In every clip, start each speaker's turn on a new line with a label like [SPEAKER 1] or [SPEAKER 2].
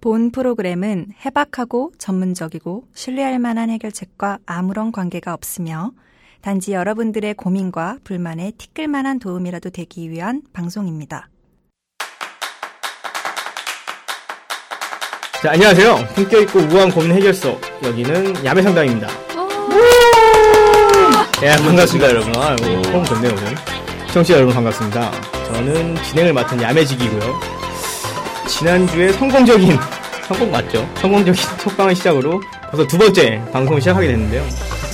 [SPEAKER 1] 본 프로그램은 해박하고 전문적이고 신뢰할 만한 해결책과 아무런 관계가 없으며 단지 여러분들의 고민과 불만에 티끌만한 도움이라도 되기 위한 방송입니다.
[SPEAKER 2] 자, 안녕하세요. 품격있고 우아한 고민 해결소. 여기는 야매상담입니다. 예, 반갑습니다, 여러분. 아, 뭐, 처음 좋네요, 오늘. 청취자 여러분, 반갑습니다. 저는 진행을 맡은 야매직이고요. 지난주에 성공적인, 성공 맞죠? 성공적인 첫방을 시작으로 벌써 두 번째 방송을 시작하게 됐는데요.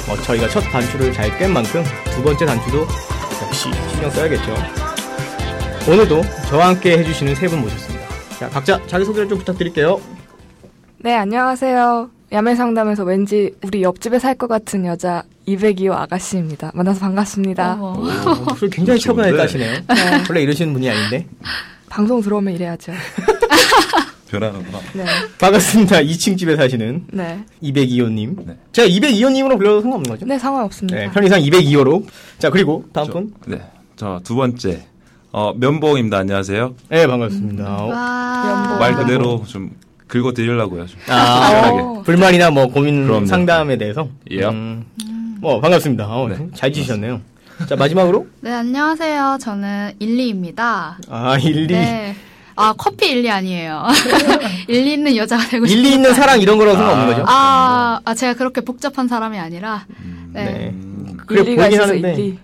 [SPEAKER 2] 어, 저희가 첫 단추를 잘 깬 만큼 두 번째 단추도 역시 신경 써야겠죠. 오늘도 저와 함께 해주시는 세 분 모셨습니다. 자, 각자 자기소개를 좀 부탁드릴게요.
[SPEAKER 3] 네, 안녕하세요. 야매 상담에서 왠지 우리 옆집에 살 것 같은 여자 202호 아가씨입니다. 만나서 반갑습니다.
[SPEAKER 2] 목소리 굉장히 차분하게
[SPEAKER 4] 좋은데.
[SPEAKER 2] 따시네요. 원래 이러시는 분이 아닌데.
[SPEAKER 3] 방송 들어오면 이래야죠.
[SPEAKER 4] 변하는구나.
[SPEAKER 3] 네,
[SPEAKER 2] 반갑습니다. 2층 집에 사시는
[SPEAKER 3] 네,
[SPEAKER 2] 202호님.
[SPEAKER 4] 네.
[SPEAKER 2] 제가 202호님으로 불러도 상관없는 거죠?
[SPEAKER 3] 네 상관없습니다.
[SPEAKER 2] 네, 편의상 202호로. 자, 그리고 다음
[SPEAKER 4] 저-
[SPEAKER 2] 분.
[SPEAKER 4] 네. 자, 두 번째. 어, 면봉입니다. 안녕하세요.
[SPEAKER 2] 네,
[SPEAKER 3] 음.
[SPEAKER 2] 반갑습니다. 어,
[SPEAKER 3] 연봉.
[SPEAKER 4] 말 그대로 좀 긁어 드리려고요. 좀.
[SPEAKER 2] 아,
[SPEAKER 4] 편하게.
[SPEAKER 2] 불만이나 뭐 고민
[SPEAKER 4] 그럼요.
[SPEAKER 2] 상담에 대해서.
[SPEAKER 4] 예.
[SPEAKER 2] 음, 뭐, 반갑습니다. 어,
[SPEAKER 4] 네.
[SPEAKER 2] 잘 지셨네요. 자, 마지막으로.
[SPEAKER 5] 네, 안녕하세요. 저는 일리입니다.
[SPEAKER 2] 아, 1, 2.
[SPEAKER 5] 네. 아, 커피 일리 아니에요. 일리 있는 여자가 되고
[SPEAKER 2] 1, 2
[SPEAKER 5] 싶어요.
[SPEAKER 2] 있는 사랑 이런 거랑 상관없는 거죠?
[SPEAKER 5] 아, 아, 제가 그렇게 복잡한 사람이 아니라, 네.
[SPEAKER 2] 네.
[SPEAKER 4] 음,
[SPEAKER 2] 그래,
[SPEAKER 3] 일리가
[SPEAKER 2] 보이긴
[SPEAKER 3] 있어서
[SPEAKER 2] 하는데.
[SPEAKER 3] 일리,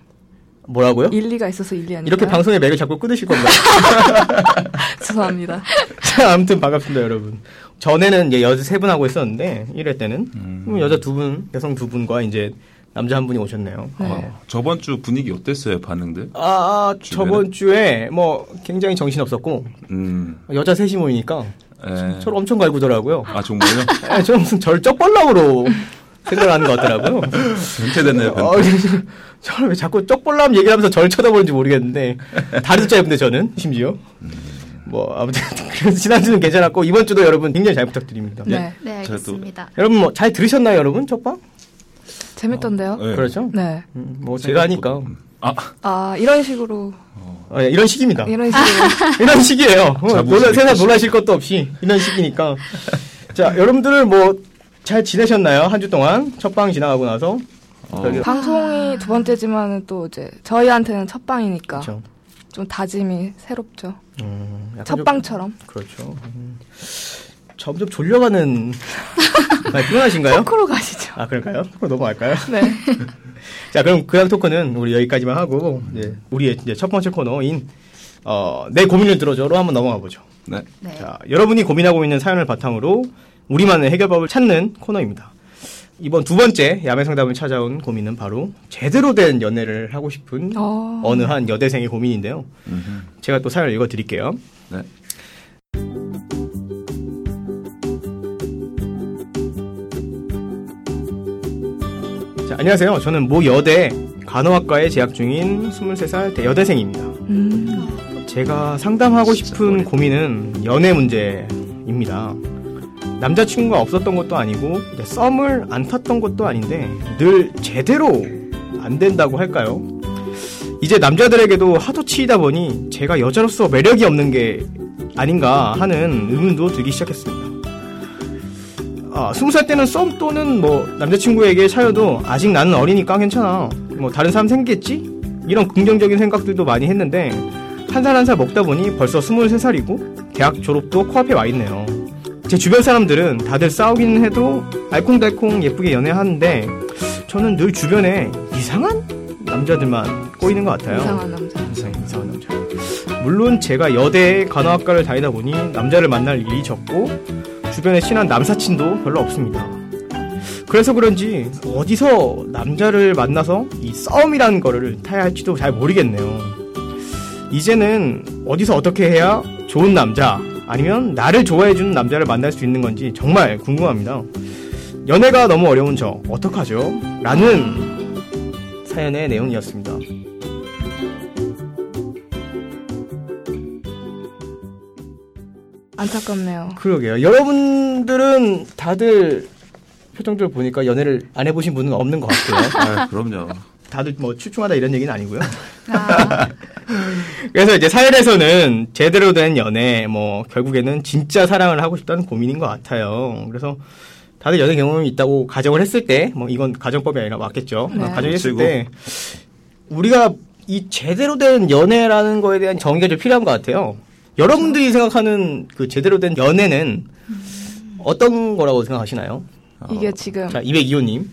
[SPEAKER 2] 뭐라고요?
[SPEAKER 3] 일리가 있어서 일리 아니에요?
[SPEAKER 2] 이렇게 방송의 맥을 자꾸 끊으실 건가요?
[SPEAKER 3] 죄송합니다.
[SPEAKER 2] 자, 아무튼 반갑습니다, 여러분. 전에는 이제 여자 세 분 하고 있었는데 1회 때는 음, 여자 두 분, 여성 두 분과 이제 남자 한 분이 오셨네요. 어.
[SPEAKER 4] 저번 주 분위기 어땠어요? 반응들?
[SPEAKER 2] 아, 아, 저번 주에 뭐 굉장히 정신 없었고
[SPEAKER 4] 음.
[SPEAKER 2] 여자 셋이 모이니까
[SPEAKER 4] 예.
[SPEAKER 2] 저를 엄청 갈구더라고요.
[SPEAKER 4] 아, 정말요?
[SPEAKER 2] 아, 저는 무슨 저를 쩍벌락으로 생각하는 것 같더라고요.
[SPEAKER 4] 변태됐네요. 변태. 예.
[SPEAKER 2] 어, 그래서 저를 왜 자꾸 쩍벌람 얘기하면서 저를 쳐다보는지 모르겠는데 다리도 짧은데 저는 심지어 뭐 아무튼 그래서 지난주는 괜찮았고 이번 주도 여러분 굉장히 잘 부탁드립니다.
[SPEAKER 3] 네,
[SPEAKER 5] 네,
[SPEAKER 4] 저도-
[SPEAKER 5] 알겠습니다.
[SPEAKER 2] 여러분 뭐 잘 들으셨나요, 여러분? 첫방?
[SPEAKER 3] 재밌던데요?
[SPEAKER 4] 예.
[SPEAKER 2] 그렇죠?
[SPEAKER 3] 네.
[SPEAKER 2] 음, 뭐 제가 하니까
[SPEAKER 4] 아,
[SPEAKER 3] 아 이런 식으로
[SPEAKER 2] 아, 예, 이런 식입니다.
[SPEAKER 3] 이런 식으로
[SPEAKER 2] 이런 식이에요. 어,
[SPEAKER 4] 자부심
[SPEAKER 2] 놀라, 세상
[SPEAKER 4] 있으시죠?
[SPEAKER 2] 놀라실 것도 없이 이런 식이니까. 자, 여러분들 뭐 잘 지내셨나요? 한 주 동안 첫 방 지나가고 나서
[SPEAKER 4] 어,
[SPEAKER 2] 저기-
[SPEAKER 3] 아. 방송이 두 번째지만은 또 이제 저희한테는 첫 방이니까
[SPEAKER 2] 그렇죠.
[SPEAKER 3] 좀 다짐이 새롭죠.
[SPEAKER 2] 음, 약간
[SPEAKER 3] 첫
[SPEAKER 2] 좀-
[SPEAKER 3] 방처럼
[SPEAKER 2] 그렇죠. 음. 점점 졸려가는 많이 피곤하신가요?
[SPEAKER 3] 토크로 가시죠.
[SPEAKER 2] 아 그럴까요? 토크로 넘어갈까요?
[SPEAKER 3] 네,
[SPEAKER 2] 자 그럼 그냥 토크는 우리 여기까지만 하고 이제 우리의 이제 첫 번째 코너인 어, 내 고민을 들어줘로 한번 넘어가 보죠.
[SPEAKER 4] 네.
[SPEAKER 5] 네.
[SPEAKER 2] 자, 여러분이 고민하고 있는 사연을 바탕으로 우리만의 해결법을 찾는 코너입니다. 이번 두 번째 야매 상담을 찾아온 고민은 바로 제대로 된 연애를 하고 싶은
[SPEAKER 3] 어.
[SPEAKER 2] 어느 한 여대생의 고민인데요.
[SPEAKER 4] 음흠.
[SPEAKER 2] 제가 또 사연을 읽어드릴게요.
[SPEAKER 4] 네.
[SPEAKER 2] 자, 안녕하세요. 저는 모 여대 간호학과에 재학 중인 23살 대 여대생입니다.
[SPEAKER 3] 음,
[SPEAKER 2] 제가 상담하고
[SPEAKER 4] 진짜
[SPEAKER 2] 싶은
[SPEAKER 4] 어렵다.
[SPEAKER 2] 고민은 연애 문제입니다. 남자친구가 없었던 것도 아니고 이제 썸을 안 탔던 것도 아닌데 늘 제대로 안 된다고 할까요? 이제 남자들에게도 하도 치이다 보니 제가 여자로서 매력이 없는 게 아닌가 하는 의문도 들기 시작했습니다. 아, 스무 살 때는 썸 또는 뭐 남자친구에게 차여도 아직 나는 어리니까 괜찮아. 뭐 다른 사람 생기겠지? 이런 긍정적인 생각들도 많이 했는데 한 살 한 살 먹다 보니 벌써 23살이고 대학 졸업도 코앞에 와 있네요. 제 주변 사람들은 다들 싸우긴 해도 알콩달콩 예쁘게 연애하는데 저는 늘 주변에 이상한 남자들만 꼬이는 것 같아요.
[SPEAKER 3] 이상한 남자.
[SPEAKER 2] 이상해, 이상한 남자. 물론 제가 여대 간호학과를 다니다 보니 남자를 만날 일이 적고 주변에 친한 남사친도 별로 없습니다. 그래서 그런지 어디서 남자를 만나서 이 싸움이라는 거를 타야 할지도 잘 모르겠네요. 이제는 어디서 어떻게 해야 좋은 남자 아니면 나를 좋아해주는 남자를 만날 수 있는 건지 정말 궁금합니다. 연애가 너무 어려운 저 어떡하죠? 라는 사연의 내용이었습니다.
[SPEAKER 3] 안타깝네요.
[SPEAKER 2] 그러게요. 여러분들은 다들 표정들 보니까 연애를 안 해보신 분은 없는 것 같아요.
[SPEAKER 4] 아, 그럼요.
[SPEAKER 2] 다들 뭐 출중하다 이런 얘기는 아니고요.
[SPEAKER 5] 아,
[SPEAKER 2] 그래서 이제 사회에서는 제대로 된 연애, 뭐 결국에는 진짜 사랑을 하고 싶다는 고민인 것 같아요. 그래서 다들 연애 경험이 있다고 가정을 했을 때, 뭐 이건 가정법이 아니라 맞겠죠.
[SPEAKER 3] 네.
[SPEAKER 2] 가정했을
[SPEAKER 4] 그치고.
[SPEAKER 2] 때 우리가 이 제대로 된 연애라는 거에 대한 정의가 좀 필요한 것 같아요. 여러분들이 생각하는 그 제대로 된 연애는 어떤 거라고 생각하시나요?
[SPEAKER 3] 이게 지금
[SPEAKER 2] 자, 202호님.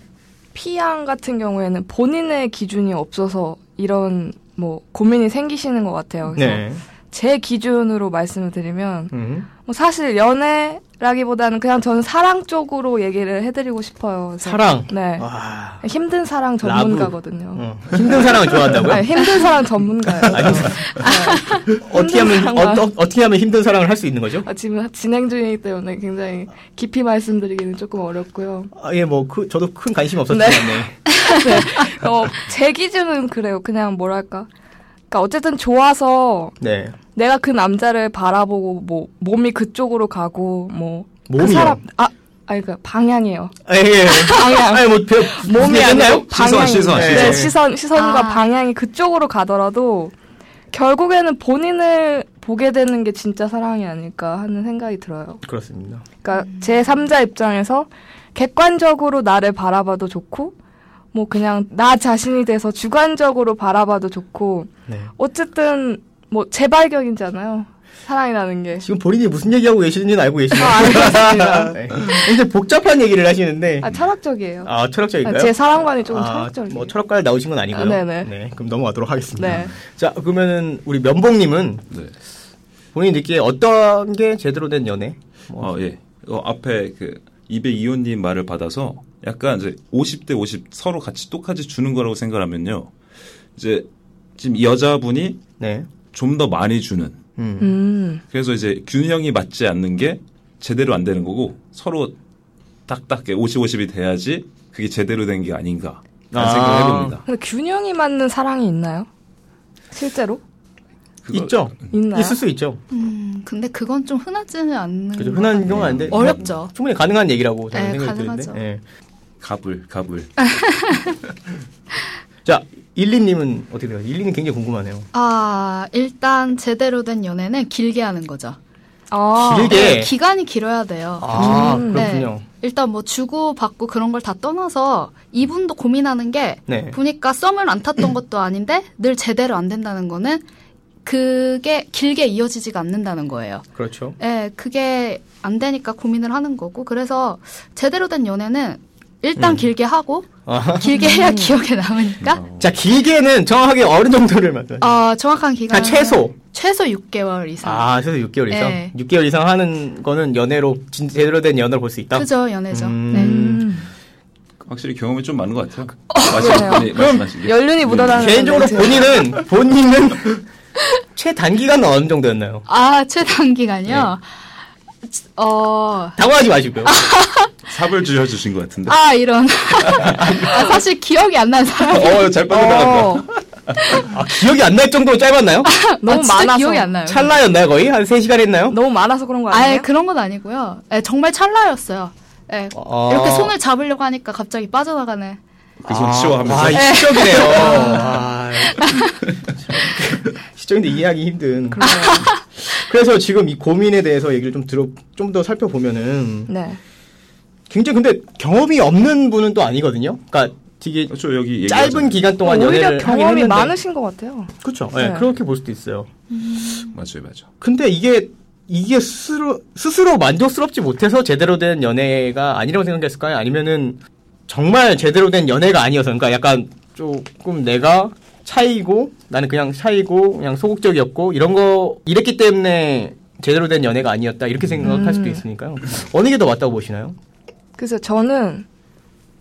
[SPEAKER 3] 피양 같은 경우에는 본인의 기준이 없어서 이런 뭐 고민이 생기시는 것 같아요. 그래서
[SPEAKER 2] 네.
[SPEAKER 3] 제 기준으로 말씀을 드리면
[SPEAKER 2] 음.
[SPEAKER 3] 뭐 사실 연애라기보다는 그냥 저는 사랑 쪽으로 얘기를 해드리고 싶어요. 그래서
[SPEAKER 2] 사랑.
[SPEAKER 3] 네.
[SPEAKER 2] 와.
[SPEAKER 3] 힘든 사랑
[SPEAKER 2] 라브.
[SPEAKER 3] 전문가거든요.
[SPEAKER 2] 어. 힘든 사랑을 좋아한다고요?
[SPEAKER 3] 아니, 힘든 사랑 전문가예요.
[SPEAKER 2] 아니, 어떻게 하면
[SPEAKER 3] 사랑만.
[SPEAKER 2] 어, 떻게 하면 힘든 사랑을 할 수 있는 거죠?
[SPEAKER 3] 아, 지금 진행 중이기 때문에 굉장히 깊이 말씀드리기는 조금 어렵고요.
[SPEAKER 2] 아, 예, 뭐 그, 저도 큰 관심 없었지만 네.
[SPEAKER 3] 네. 어, 제 기준은 그래요. 그냥 뭐랄까. 그러니까 어쨌든 좋아서
[SPEAKER 2] 네.
[SPEAKER 3] 내가 그 남자를 바라보고 뭐 몸이 그쪽으로 가고 뭐
[SPEAKER 2] 몸이요?
[SPEAKER 3] 그 사람 아 아니 그 방향이에요.
[SPEAKER 2] 아, 예, 예.
[SPEAKER 3] 방향.
[SPEAKER 2] 아니 뭐 배,
[SPEAKER 3] 몸이
[SPEAKER 2] 됐나요?
[SPEAKER 3] 아니고
[SPEAKER 4] 시선,
[SPEAKER 3] 방향이
[SPEAKER 4] 시선,
[SPEAKER 3] 네,
[SPEAKER 2] 시선.
[SPEAKER 3] 시선 시선과
[SPEAKER 5] 아.
[SPEAKER 3] 방향이 그쪽으로 가더라도 결국에는 본인을 보게 되는 게 진짜 사랑이 아닐까 하는 생각이 들어요.
[SPEAKER 2] 그렇습니다.
[SPEAKER 3] 그러니까 제 3자 입장에서 객관적으로 나를 바라봐도 좋고 뭐 그냥 나 자신이 돼서 주관적으로 바라봐도 좋고
[SPEAKER 2] 네.
[SPEAKER 3] 어쨌든 뭐 재발견이잖아요. 사랑이라는 게.
[SPEAKER 2] 지금 본인이 무슨 얘기하고 계시는지는 알고 계시나요?
[SPEAKER 3] 아, 알겠습니다.
[SPEAKER 2] 네. 이제 복잡한 얘기를 하시는데
[SPEAKER 3] 아, 철학적이에요.
[SPEAKER 2] 아, 철학적인가요?
[SPEAKER 3] 아, 제 사랑관이 조금
[SPEAKER 2] 아,
[SPEAKER 3] 철학적이에요.
[SPEAKER 2] 뭐 철학과를 나오신 건 아니고요.
[SPEAKER 3] 아, 네네.
[SPEAKER 2] 네, 그럼 넘어가도록 하겠습니다.
[SPEAKER 3] 네.
[SPEAKER 2] 자, 그러면은 우리 면봉님은
[SPEAKER 4] 네.
[SPEAKER 2] 본인이 느끼기에 어떤 게 제대로 된 연애? 뭐.
[SPEAKER 4] 어, 예. 어, 앞에 그 202호님 말을 받아서 약간 이제 50대 50 서로 같이 똑같이 주는 거라고 생각하면요. 이제 지금 이 여자분이
[SPEAKER 2] 네.
[SPEAKER 4] 좀 더 많이 주는.
[SPEAKER 2] 음.
[SPEAKER 3] 음.
[SPEAKER 4] 그래서 이제 균형이 맞지 않는 게 제대로 안 되는 거고 서로 딱딱 50, 50이 돼야지 그게 제대로 된 게 아닌가. 라는
[SPEAKER 2] 아.
[SPEAKER 4] 생각을 해봅니다.
[SPEAKER 3] 근데 균형이 맞는 사랑이 있나요? 실제로?
[SPEAKER 4] 그거-
[SPEAKER 2] 있죠.
[SPEAKER 3] 있나요?
[SPEAKER 2] 있을 수 있죠.
[SPEAKER 5] 음, 근데 그건 좀 흔하지는 않는.
[SPEAKER 2] 그죠.
[SPEAKER 5] 것
[SPEAKER 2] 흔한
[SPEAKER 5] 같아요. 네.
[SPEAKER 2] 경우는 아닌데
[SPEAKER 5] 어렵죠.
[SPEAKER 2] 충분히 가능한 얘기라고 저는
[SPEAKER 5] 네,
[SPEAKER 2] 생각이
[SPEAKER 5] 가능하죠.
[SPEAKER 2] 드는데. 예.
[SPEAKER 4] 가불, 가불.
[SPEAKER 2] 자, 1리님은 어떻게 돼요? 1리님 굉장히 궁금하네요.
[SPEAKER 5] 아, 일단 제대로 된 연애는 길게 하는 거죠.
[SPEAKER 3] 아,
[SPEAKER 2] 길게. 네.
[SPEAKER 5] 기간이 길어야 돼요.
[SPEAKER 2] 아,
[SPEAKER 3] 음,
[SPEAKER 2] 그렇군요.
[SPEAKER 5] 일단 뭐 주고 받고 그런 걸 다 떠나서 이분도 고민하는 게
[SPEAKER 2] 네.
[SPEAKER 5] 보니까 썸을 안 탔던 것도 아닌데 늘 제대로 안 된다는 거는 그게 길게 이어지지가 않는다는 거예요.
[SPEAKER 2] 그렇죠.
[SPEAKER 5] 예, 그게 안 되니까 고민을 하는 거고 그래서 제대로 된 연애는 일단
[SPEAKER 2] 음.
[SPEAKER 5] 길게 하고
[SPEAKER 2] 아하. 음.
[SPEAKER 5] 길게 해야 기억에 남으니까
[SPEAKER 2] 자, 길게는 정확하게 어느 정도를 맞아요?
[SPEAKER 5] 어, 정확한 기간
[SPEAKER 2] 아, 최소.
[SPEAKER 5] 최소 6개월 이상.
[SPEAKER 2] 아, 최소 6개월 이상.
[SPEAKER 5] 네.
[SPEAKER 2] 6개월 이상 하는 거는 연애로 진- 제대로 된 연애를 볼 수 있다.
[SPEAKER 5] 그죠 연애죠.
[SPEAKER 2] 음.
[SPEAKER 5] 네.
[SPEAKER 3] 음.
[SPEAKER 4] 확실히 경험이 좀 많은 것 같아요. 말씀하신 말씀하신 게.
[SPEAKER 3] 연륜이
[SPEAKER 4] 네.
[SPEAKER 5] 아,
[SPEAKER 3] 묻어나는
[SPEAKER 2] 개인적으로
[SPEAKER 3] 멘트.
[SPEAKER 2] 본인은 본인은 최단기간 어느 정도였나요?
[SPEAKER 5] 아 최단 기간요.
[SPEAKER 2] 네.
[SPEAKER 5] 어.
[SPEAKER 2] 당황하지 마시고요.
[SPEAKER 4] 삽을 주셔주신 것 같은데.
[SPEAKER 5] 아 이런. 아, 사실 기억이 안 나는 사람.
[SPEAKER 4] 어, 잘 빠져나간다.
[SPEAKER 3] 어,
[SPEAKER 2] 아, 기억이 안 날 정도로 짧았나요?
[SPEAKER 3] 너무
[SPEAKER 5] 아, 진짜
[SPEAKER 3] 많아서.
[SPEAKER 5] 기억이 안 나요.
[SPEAKER 2] 찰나였나요, 거의? 한 3시간 했나요?
[SPEAKER 3] 너무 많아서 그런 거
[SPEAKER 5] 아예
[SPEAKER 3] 아니에요?
[SPEAKER 5] 그런 건 아니고요. 예, 정말 찰나였어요. 예,
[SPEAKER 2] 아.
[SPEAKER 5] 이렇게 손을 잡으려고 하니까 갑자기 빠져나가네.
[SPEAKER 4] 그손
[SPEAKER 2] 아,
[SPEAKER 4] 치워하면서.
[SPEAKER 2] 와, 이
[SPEAKER 3] 예.
[SPEAKER 2] 시적이네요. 아, 참. 시적인데 이해하기 힘든.
[SPEAKER 3] 그렇죠.
[SPEAKER 2] 그래서 지금 이 고민에 대해서 얘기를 좀 들어, 좀 더 살펴보면은
[SPEAKER 3] 네.
[SPEAKER 2] 굉장히 근데 경험이 없는 분은 또 아니거든요. 그러니까 되게
[SPEAKER 4] 그렇죠 여기
[SPEAKER 2] 짧은 기간 동안
[SPEAKER 3] 오히려
[SPEAKER 2] 연애를 하긴
[SPEAKER 3] 경험이
[SPEAKER 2] 했는데.
[SPEAKER 3] 많으신 것 같아요.
[SPEAKER 2] 그렇죠.
[SPEAKER 3] 네.
[SPEAKER 2] 그렇게 볼 수도 있어요.
[SPEAKER 4] 맞아요 맞아요
[SPEAKER 2] 근데 이게 이게 스스로 스스로 만족스럽지 못해서 제대로 된 연애가 아니라고 생각했을까요? 아니면은 정말 제대로 된 연애가 아니어서 그러니까 약간 조금 내가 차이고 나는 그냥 차이고 그냥 소극적이었고 이런 거 이랬기 때문에 제대로 된 연애가 아니었다 이렇게 생각할 수도 있으니까요. 어느 게 더 맞다고 보시나요?
[SPEAKER 3] 그래서 저는